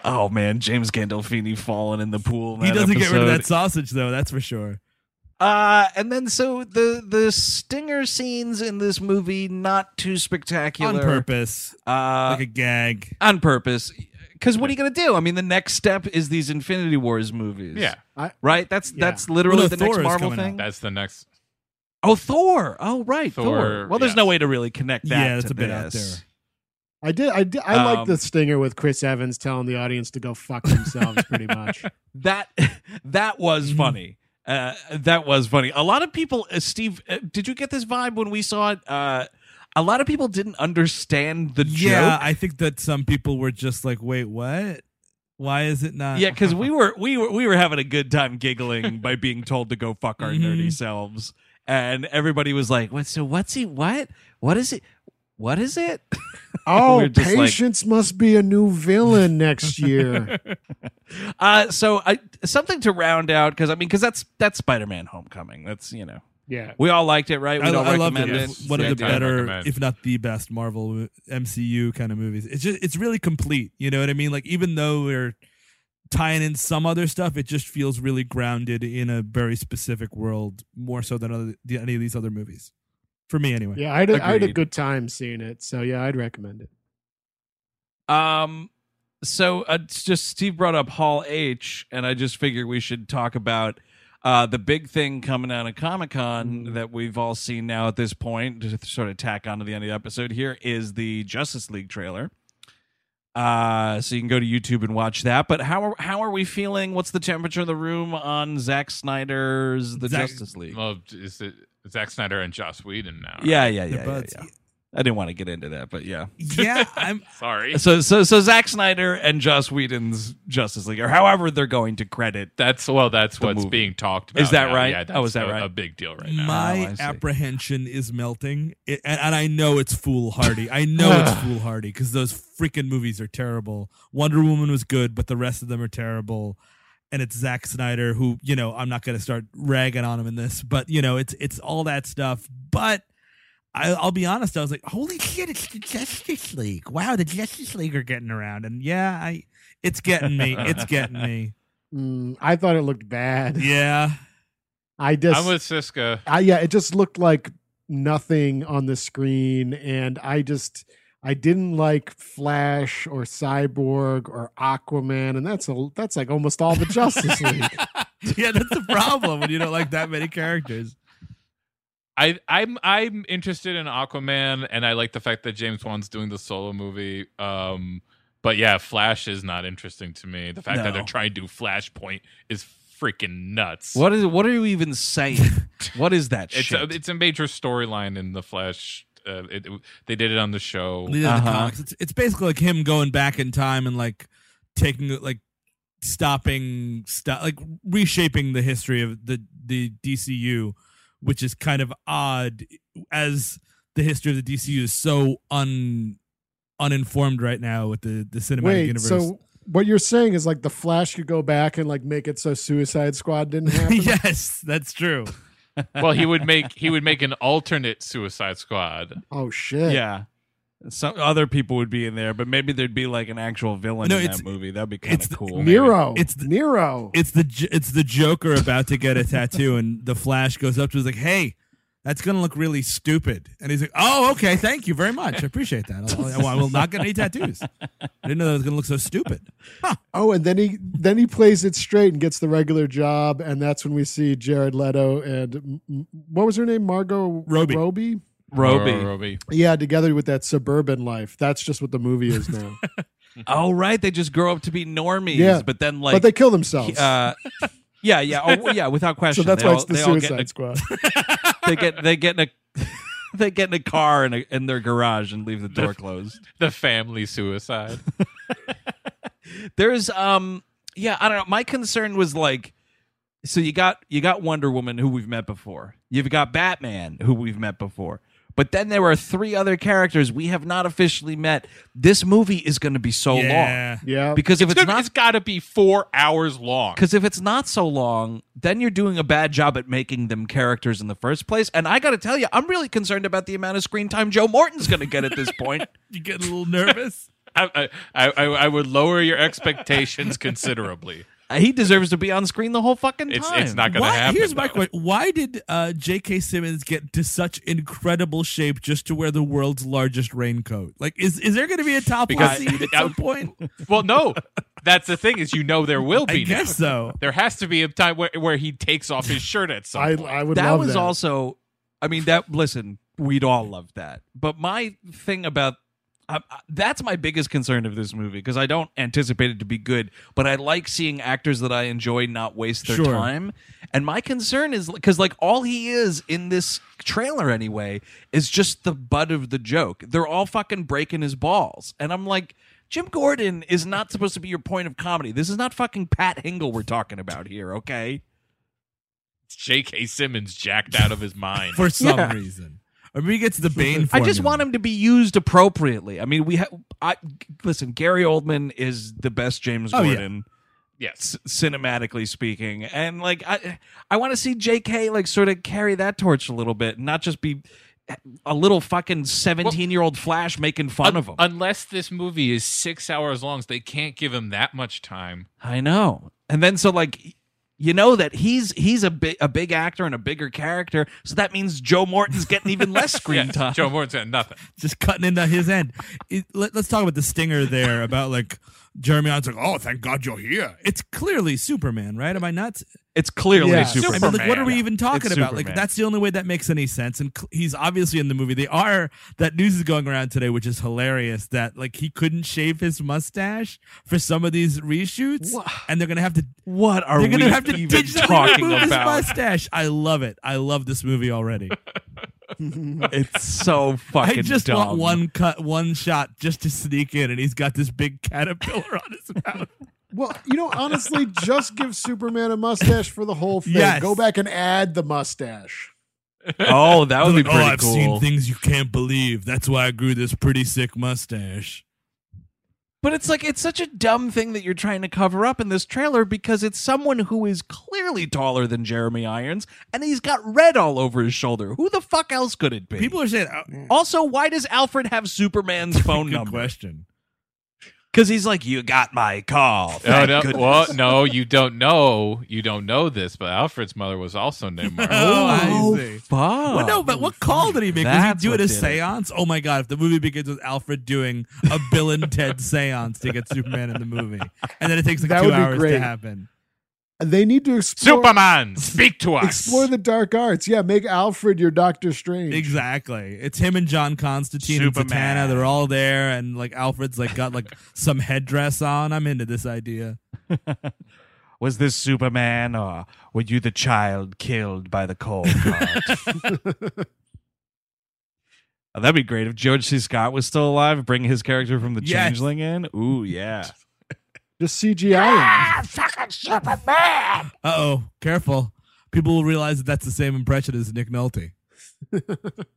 Speaker 1: oh man, James Gandolfini falling in the pool. in
Speaker 3: He
Speaker 1: that
Speaker 3: doesn't get rid of
Speaker 1: episode.
Speaker 3: that sausage though. That's for sure.
Speaker 1: Uh, and then so the the stinger scenes in this movie not too spectacular
Speaker 3: On purpose,
Speaker 1: Uh,
Speaker 3: like a gag.
Speaker 1: on purpose. Because what are you gonna do? I mean, the next step is these Infinity Wars movies.
Speaker 2: yeah,
Speaker 1: right? That's
Speaker 4: Yeah.
Speaker 1: that's literally
Speaker 3: Well, no,
Speaker 1: the
Speaker 3: Thor
Speaker 1: next
Speaker 3: is
Speaker 1: Marvel
Speaker 3: coming out.
Speaker 1: thing.
Speaker 2: that's the next.
Speaker 1: Oh, Thor! Oh, right, Thor.
Speaker 2: Thor,
Speaker 1: Well, there's
Speaker 2: yes.
Speaker 1: no way to really connect that.
Speaker 3: Yeah, that's
Speaker 1: to
Speaker 3: a bit out
Speaker 1: this.
Speaker 4: I did. I did. I
Speaker 1: Um,
Speaker 4: like the stinger with Chris Evans telling the audience to go fuck themselves, pretty <laughs> much.
Speaker 1: That <laughs> that was
Speaker 3: Mm-hmm.
Speaker 1: funny. Uh, that was funny. A lot of people, uh, Steve, uh, did you get this vibe when we saw it? Uh, a lot of people didn't understand the
Speaker 3: Yeah,
Speaker 1: joke.
Speaker 3: I think that some people were just like, "Wait, what? Why is it <laughs> not?"
Speaker 1: Yeah, because we were we were we were having a good time giggling
Speaker 3: <laughs>
Speaker 1: by being told to go
Speaker 3: Mm-hmm.
Speaker 1: fuck our nerdy selves, and everybody was like, "What? So what's he? What? What is it? what is it?
Speaker 4: Oh,
Speaker 1: We're just like-
Speaker 4: patience must be a new villain next year.
Speaker 1: Uh, so I something to round out because I mean because that's that's Spider-Man: Homecoming. That's you know
Speaker 5: Yeah.
Speaker 1: we all liked it, right? We
Speaker 3: I,
Speaker 1: don't
Speaker 3: I love it.
Speaker 1: recommend
Speaker 3: It's one
Speaker 2: Yeah,
Speaker 3: of the
Speaker 2: I
Speaker 3: better,
Speaker 2: recommend.
Speaker 3: if not the best, Marvel mo- MCU kind of movies. It's just it's really complete. You know what I mean? Like even though we're tying in some other stuff, it just feels really grounded in a very specific world, more so than other, the- any of these other movies. For me, anyway.
Speaker 4: Yeah, I had, a, I had a
Speaker 1: Agreed.
Speaker 4: good time seeing it. So yeah, I'd recommend it.
Speaker 1: Um, so uh, it's just Steve brought up Hall H, and I just figured we should talk about uh, the big thing coming out of Comic Con
Speaker 3: Mm-hmm.
Speaker 1: that we've all seen now at this point. To sort of tack onto the end of the episode here is the Justice League trailer. Uh, so you can go to YouTube and watch that. But how are how are we feeling? What's the temperature of the room on Zack Snyder's The
Speaker 3: Zack-
Speaker 1: Justice League?
Speaker 2: Well, is it Zack Snyder and Joss Whedon now? right?
Speaker 1: yeah, yeah, yeah,
Speaker 3: The
Speaker 1: yeah,
Speaker 3: buds.
Speaker 1: yeah. I didn't want to get into that, but yeah.
Speaker 3: <laughs> yeah, I'm
Speaker 2: Sorry.
Speaker 1: So so so Zack Snyder and Joss Whedon's Justice League, or however they're going to credit.
Speaker 2: That's well. That's
Speaker 1: The
Speaker 2: what's
Speaker 1: movie.
Speaker 2: being talked about.
Speaker 1: Is that
Speaker 2: now.
Speaker 1: right?
Speaker 2: Yeah,
Speaker 1: Oh,
Speaker 2: that's
Speaker 1: is that
Speaker 2: a,
Speaker 1: right?
Speaker 2: a big deal right now.
Speaker 1: Oh, I
Speaker 3: My
Speaker 1: see.
Speaker 3: apprehension is melting, it, and, and I know it's foolhardy. I know
Speaker 1: <sighs>
Speaker 3: it's foolhardy because those freaking movies are terrible. Wonder Woman was good, but the rest of them are terrible. And it's Zack Snyder, who you know I'm not going to start ragging on him in this, but you know it's it's all that stuff. But I, I'll be honest, I was like, holy shit, it's the Justice League! Wow, the Justice League are getting around, and yeah, I it's getting me, it's getting
Speaker 1: <laughs>
Speaker 3: me.
Speaker 4: Mm, I thought it looked bad.
Speaker 3: Yeah,
Speaker 4: I just
Speaker 2: I'm with Siska.
Speaker 4: I, yeah, it just looked like nothing on the screen, and I just I didn't like Flash or Cyborg or Aquaman, and that's a that's like almost all the Justice League.
Speaker 3: yeah, that's the problem when you don't like that many characters.
Speaker 2: I, I'm I'm interested in Aquaman, and I like the fact that James Wan's doing the solo movie. Um, but yeah, Flash is not interesting to me. The fact that they're
Speaker 3: No.
Speaker 2: trying to do Flashpoint is freaking nuts.
Speaker 1: What is what are you even <laughs> saying? what is that
Speaker 2: It's
Speaker 1: shit?
Speaker 2: a, it's a major storyline in the Flash. Uh, it, it- they did it on
Speaker 1: <laughs>
Speaker 2: the show.
Speaker 3: Leader of the
Speaker 1: Uh-huh.
Speaker 3: Comics. It's, it's basically like him going back in time and like taking like stopping stuff like reshaping the history of the the DCU, which is kind of odd as the history of the DCU is so un uninformed right now with the the cinematic
Speaker 4: Wait,
Speaker 3: universe.
Speaker 4: so what you're saying is like the Flash could go back and like make it so Suicide Squad didn't happen?
Speaker 3: <laughs> yes, that's true.
Speaker 2: well, he would make he would make an alternate Suicide Squad.
Speaker 4: Oh shit!
Speaker 1: yeah. Some other people would be in there, but maybe there'd be like an actual villain
Speaker 3: No,
Speaker 1: in
Speaker 3: it's-
Speaker 1: that movie. That'd be kind
Speaker 3: it's
Speaker 1: of
Speaker 3: the-
Speaker 1: cool.
Speaker 4: Nero.
Speaker 3: It's the-
Speaker 4: Nero.
Speaker 3: It's the J- it's the Joker about to get a tattoo, and the Flash goes up to him like, "Hey, that's gonna look really stupid," and he's like, "Oh, okay, thank you very much, I appreciate that. I'll, I'll- I will not get any tattoos. I didn't know that was gonna look so stupid."
Speaker 4: oh, and then he then he plays it straight and gets the regular job, and that's when we see Jared Leto and m- m- what was her name, Margot
Speaker 3: Robbie.
Speaker 4: Robbie.
Speaker 1: Roby.
Speaker 2: Roby.
Speaker 4: Yeah, together with that suburban life. That's just what the movie is now.
Speaker 1: <laughs> Oh right, they just grow up to be normies,
Speaker 4: Yeah,
Speaker 1: but then <laughs> like
Speaker 4: but they kill themselves.
Speaker 1: uh yeah, yeah, oh, yeah, without
Speaker 4: <laughs> so
Speaker 1: question.
Speaker 4: that's
Speaker 1: they
Speaker 4: why
Speaker 1: all,
Speaker 4: it's the
Speaker 1: they all get in
Speaker 4: Suicide
Speaker 1: a- <laughs>
Speaker 4: Squad.
Speaker 1: they get they get in a <laughs> they get in a car in, a, in their garage and leave the door closed.
Speaker 2: The
Speaker 1: <laughs>
Speaker 2: family suicide.
Speaker 1: there's um yeah i don't know my concern was like so you got you got wonder woman who we've met before you've got batman who we've met before but then there are three other characters we have not officially met this movie is going to be so
Speaker 3: yeah,
Speaker 4: Yeah.
Speaker 1: long because if it's,
Speaker 2: Dude,
Speaker 1: not
Speaker 2: it's got to be four
Speaker 1: <laughs>
Speaker 2: hours long.
Speaker 1: because if it's not so long then you're doing a bad job at making them characters in the first place and i gotta tell you i'm really concerned about the amount of screen time joe morton's going to get at this point
Speaker 3: you get a little nervous.
Speaker 2: I, I, I, I would lower your expectations considerably.
Speaker 1: he deserves to be on screen the whole fucking time
Speaker 2: It's it's not gonna
Speaker 3: Why,
Speaker 2: happen.
Speaker 3: here's my
Speaker 2: though.
Speaker 3: question: Why did uh, J.K. Simmons get to such incredible shape just to wear the world's largest raincoat? Like, is is there going to be a topless
Speaker 2: Because-
Speaker 3: scene at some
Speaker 2: <laughs>
Speaker 3: point?
Speaker 2: Well, no, that's the thing is you know there will
Speaker 3: I
Speaker 2: be. now. <laughs>
Speaker 3: guess so.
Speaker 2: There has to be a time where, where he takes off his shirt at some
Speaker 4: I,
Speaker 2: point.
Speaker 4: I would
Speaker 1: that
Speaker 4: love
Speaker 1: was
Speaker 4: that.
Speaker 1: also i mean that listen we'd all love that but my thing about I, I- that's my biggest concern of this movie because i don't anticipate it to be good but i like seeing actors that i enjoy not waste their
Speaker 4: Sure.
Speaker 1: time and my concern is because like all he is in this trailer anyway is just the butt of the joke they're all fucking breaking his balls and i'm like Jim Gordon is not supposed to be your point of comedy. This is not fucking Pat Hingle we're talking about here, okay?
Speaker 2: J.K. Simmons jacked out of his mind.
Speaker 3: for some
Speaker 1: Yeah.
Speaker 3: reason. Or maybe he gets the Bane.
Speaker 1: I just want him to be used appropriately. I mean, we ha- I listen. Gary Oldman is the best James
Speaker 3: Oh, yeah.
Speaker 1: Gordon,
Speaker 2: Yes.
Speaker 1: c- cinematically speaking, and like I, I want to see J.K. like sort of carry that torch a little bit, and not just be a little fucking seventeen-year-old Flash making fun
Speaker 2: Un-
Speaker 1: of him.
Speaker 2: Unless this movie is six hours long, so they can't give him that much time.
Speaker 1: I know. And then so like you know that he's he's a big a big actor and a bigger character, so that means Joe Morton's getting even less screen
Speaker 2: Yes,
Speaker 1: time.
Speaker 2: Joe Morton's got nothing.
Speaker 3: just cutting into his end. It, let, us talk about the stinger there about like Jeremy Irons like, oh, thank God you're here. It's clearly Superman, right? Am I nuts?
Speaker 1: It's clearly
Speaker 4: Yeah.
Speaker 1: Superman.
Speaker 3: I mean, like, what are we even talking
Speaker 1: It's
Speaker 3: about? Like,
Speaker 1: Superman.
Speaker 3: that's the only way that makes any sense. And cl- he's obviously in the movie. They are that news is going around today, which is hilarious. That like he couldn't shave his mustache for some of these reshoots,
Speaker 1: Wha-
Speaker 3: and they're gonna have to.
Speaker 1: What are
Speaker 3: They're
Speaker 1: we
Speaker 3: gonna have to
Speaker 1: even
Speaker 3: digitally
Speaker 1: talking
Speaker 3: remove his <laughs>
Speaker 1: about?
Speaker 3: mustache. I love it. I love this movie already.
Speaker 1: It's so fucking
Speaker 3: I just
Speaker 1: dumb.
Speaker 3: want one cut, one shot, just to sneak in, and he's got this big caterpillar on his
Speaker 1: <laughs>
Speaker 3: mouth.
Speaker 4: Well, you know, honestly, just give Superman a mustache for the whole thing.
Speaker 3: Yes.
Speaker 4: Go back and add the mustache.
Speaker 1: <laughs> Oh, that would be
Speaker 3: Like,
Speaker 1: pretty
Speaker 3: oh, I've
Speaker 1: cool.
Speaker 3: seen things you can't believe. That's why I grew this pretty sick mustache.
Speaker 1: But it's like it's such a dumb thing that you're trying to cover up in this trailer because it's someone who is clearly taller than Jeremy Irons and he's got red all over his shoulder. Who the fuck else could it be?
Speaker 3: People are saying, oh, <laughs>
Speaker 1: Also, why does Alfred have Superman's phone
Speaker 3: good
Speaker 1: number?
Speaker 3: question.
Speaker 1: Because he's like, you got my call.
Speaker 2: Oh,
Speaker 1: Thank
Speaker 2: no,
Speaker 1: goodness."
Speaker 2: well, no, you don't know. You don't know this, but Alfred's mother was also named Martha.
Speaker 3: Oh, I
Speaker 1: Oh,
Speaker 3: see.
Speaker 1: fuck.
Speaker 3: Well, no, but what call did he make?
Speaker 1: That's
Speaker 3: Did he do
Speaker 1: what
Speaker 3: it a
Speaker 1: did it.
Speaker 3: seance? Oh my god! If the movie begins with Alfred doing a Bill
Speaker 1: <laughs>
Speaker 3: and Ted seance to get Superman in the movie, and then it takes like
Speaker 4: That
Speaker 3: two
Speaker 4: would be
Speaker 3: hours to
Speaker 4: great.
Speaker 3: happen.
Speaker 4: They need to explore
Speaker 2: Superman, speak to us.
Speaker 4: explore the dark arts. Yeah, make Alfred your Doctor Strange.
Speaker 3: Exactly. It's him and John Constantine and
Speaker 1: Superman.
Speaker 3: Zatanna. They're all there, and like Alfred's like got like some headdress on. I'm into this idea.
Speaker 1: Was this Superman or were you the child killed by the cold cart?
Speaker 4: <laughs>
Speaker 1: Oh, that'd be great if George C. Scott was still alive. Bring his character from the
Speaker 3: Yes.
Speaker 1: Changeling in. Ooh, yeah.
Speaker 4: Just CGI. him.
Speaker 3: Uh oh, careful. People will realize that that's the same impression as Nick Nolte.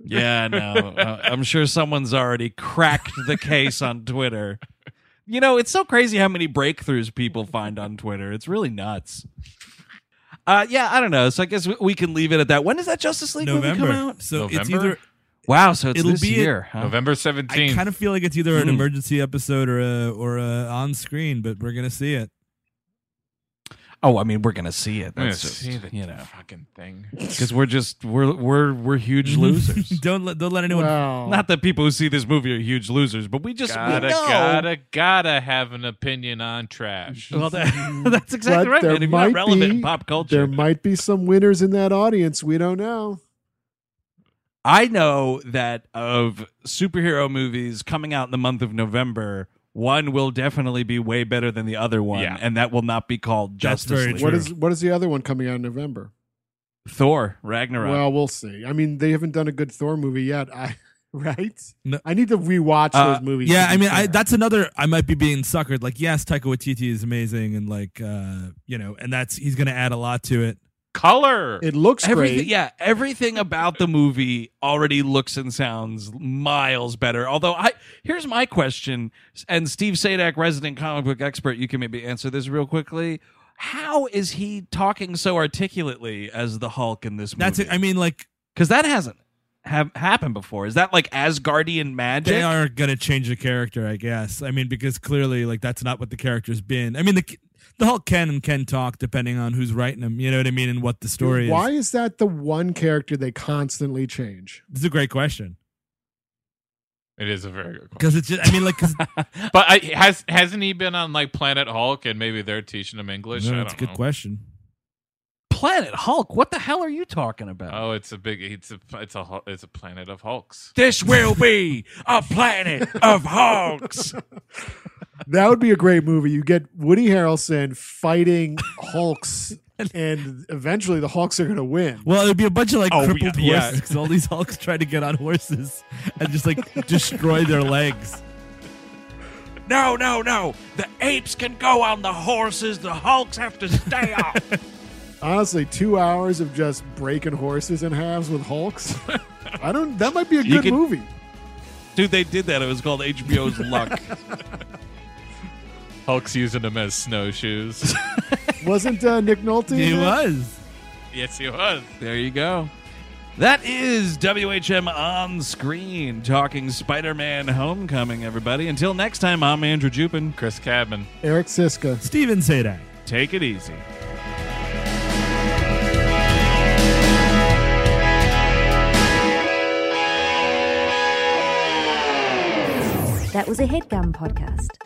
Speaker 1: Yeah, no. Uh, I'm sure someone's already cracked the case on Twitter. You know, it's so crazy how many breakthroughs people find on Twitter. It's really nuts. Uh, yeah, I don't know. So I guess we, we can leave it at that. When does that Justice League
Speaker 3: November.
Speaker 1: movie come out?
Speaker 3: So it's
Speaker 2: November?
Speaker 3: either
Speaker 1: Wow, so it's
Speaker 3: It'll
Speaker 1: this
Speaker 3: be in
Speaker 1: year. huh?
Speaker 2: November
Speaker 3: I
Speaker 2: 17th.
Speaker 3: kind of feel like it's either an emergency episode or a or a on screen, but we're gonna see it.
Speaker 1: Oh, I mean, we're gonna see it.
Speaker 2: I'm gonna
Speaker 1: That's just,
Speaker 2: see the
Speaker 1: you know,
Speaker 2: fucking thing.
Speaker 1: because we're just we're we're we're huge losers.
Speaker 3: <laughs> don't let don't let anyone.
Speaker 4: Wow.
Speaker 1: Not that people who see this movie are huge losers, but we just we
Speaker 2: Gotta,
Speaker 1: know-
Speaker 2: gotta, gotta have an opinion on trash.
Speaker 1: Well, that, <laughs> that's exactly
Speaker 4: But
Speaker 1: right.
Speaker 4: there
Speaker 1: Man. If you're not
Speaker 4: might
Speaker 1: relevant in
Speaker 4: be-
Speaker 1: pop culture,
Speaker 4: there might be some winners in that audience. We don't know.
Speaker 1: I know that of superhero movies coming out in the month of November, one will definitely be way better than the other one,
Speaker 2: Yeah.
Speaker 1: and that will not be called
Speaker 3: That's
Speaker 1: Justice
Speaker 3: very
Speaker 1: League.
Speaker 4: What
Speaker 3: True.
Speaker 4: is what is the other one coming out in November?
Speaker 1: Thor Ragnarok?
Speaker 4: Well, we'll see. I mean, they haven't done a good Thor movie yet. I <laughs> right?
Speaker 3: No.
Speaker 4: I need to rewatch
Speaker 1: Uh,
Speaker 4: those
Speaker 3: <laughs>
Speaker 4: movies.
Speaker 3: Yeah,
Speaker 4: to be
Speaker 3: I mean, I,
Speaker 4: fair.
Speaker 3: that's another. I might be being suckered. Like, yes, Taika Waititi is amazing, and like, uh, you know, and that's he's gonna add a lot to it.
Speaker 2: Color.
Speaker 4: it looks
Speaker 1: everything,
Speaker 4: great.
Speaker 1: yeah, everything about the movie already looks and sounds miles better. Although, I here's my question, and Steve Sadak, resident comic book expert, you can maybe answer this real quickly. How is he talking so articulately as the Hulk in this movie?
Speaker 3: That's it. I mean, like,
Speaker 1: because that hasn't have happened before. Is that like Asgardian magic?
Speaker 3: they are gonna change the character, I guess. I mean, because clearly, like, that's not what the character's been. I mean, the the Hulk can and can talk depending on who's writing him. You know what I mean, and what the story
Speaker 4: Why
Speaker 3: is.
Speaker 4: is that the one character they constantly change?
Speaker 3: This is a great question
Speaker 2: It is a very good question.
Speaker 3: because it's just. I mean, like, 'cause-
Speaker 2: But I, has hasn't he been on like Planet Hulk and maybe they're teaching him English? I
Speaker 3: no,
Speaker 2: don't
Speaker 3: it's a good
Speaker 2: know.
Speaker 3: question.
Speaker 1: Planet Hulk. What the hell are you talking about?
Speaker 2: Oh, it's a big. It's a. It's a. Hul- It's a planet of Hulks.
Speaker 1: This will be a planet of Hulks.
Speaker 4: That would be a great movie. You get Woody Harrelson fighting Hulks, and eventually the Hulks are going to win.
Speaker 3: Well, it'd be a bunch of like
Speaker 1: Oh,
Speaker 3: crippled
Speaker 1: yeah, yeah.
Speaker 3: horses because all these hulks try to get on horses and just like destroy their legs.
Speaker 1: No, no, no. The apes can go on the horses. The Hulks have to stay <laughs> off.
Speaker 4: Honestly, two hours of just breaking horses in halves with Hulks. I don't. That might be a
Speaker 1: You
Speaker 4: good
Speaker 1: could-
Speaker 4: movie.
Speaker 1: Dude, they did that. It was called HBO's Luck.
Speaker 2: Hulk's using them as snowshoes.
Speaker 4: Wasn't uh, Nick Nolte? in
Speaker 3: He
Speaker 4: that?
Speaker 3: was.
Speaker 2: yes, he was.
Speaker 1: <laughs> There you go. That is WHM on screen talking Spider Man Homecoming, everybody. Until next time, I'm Andrew Jupin.
Speaker 2: Chris Cabin.
Speaker 4: Eric Siska.
Speaker 3: Steven Sadak.
Speaker 1: Take it easy.
Speaker 6: That was a headgum podcast.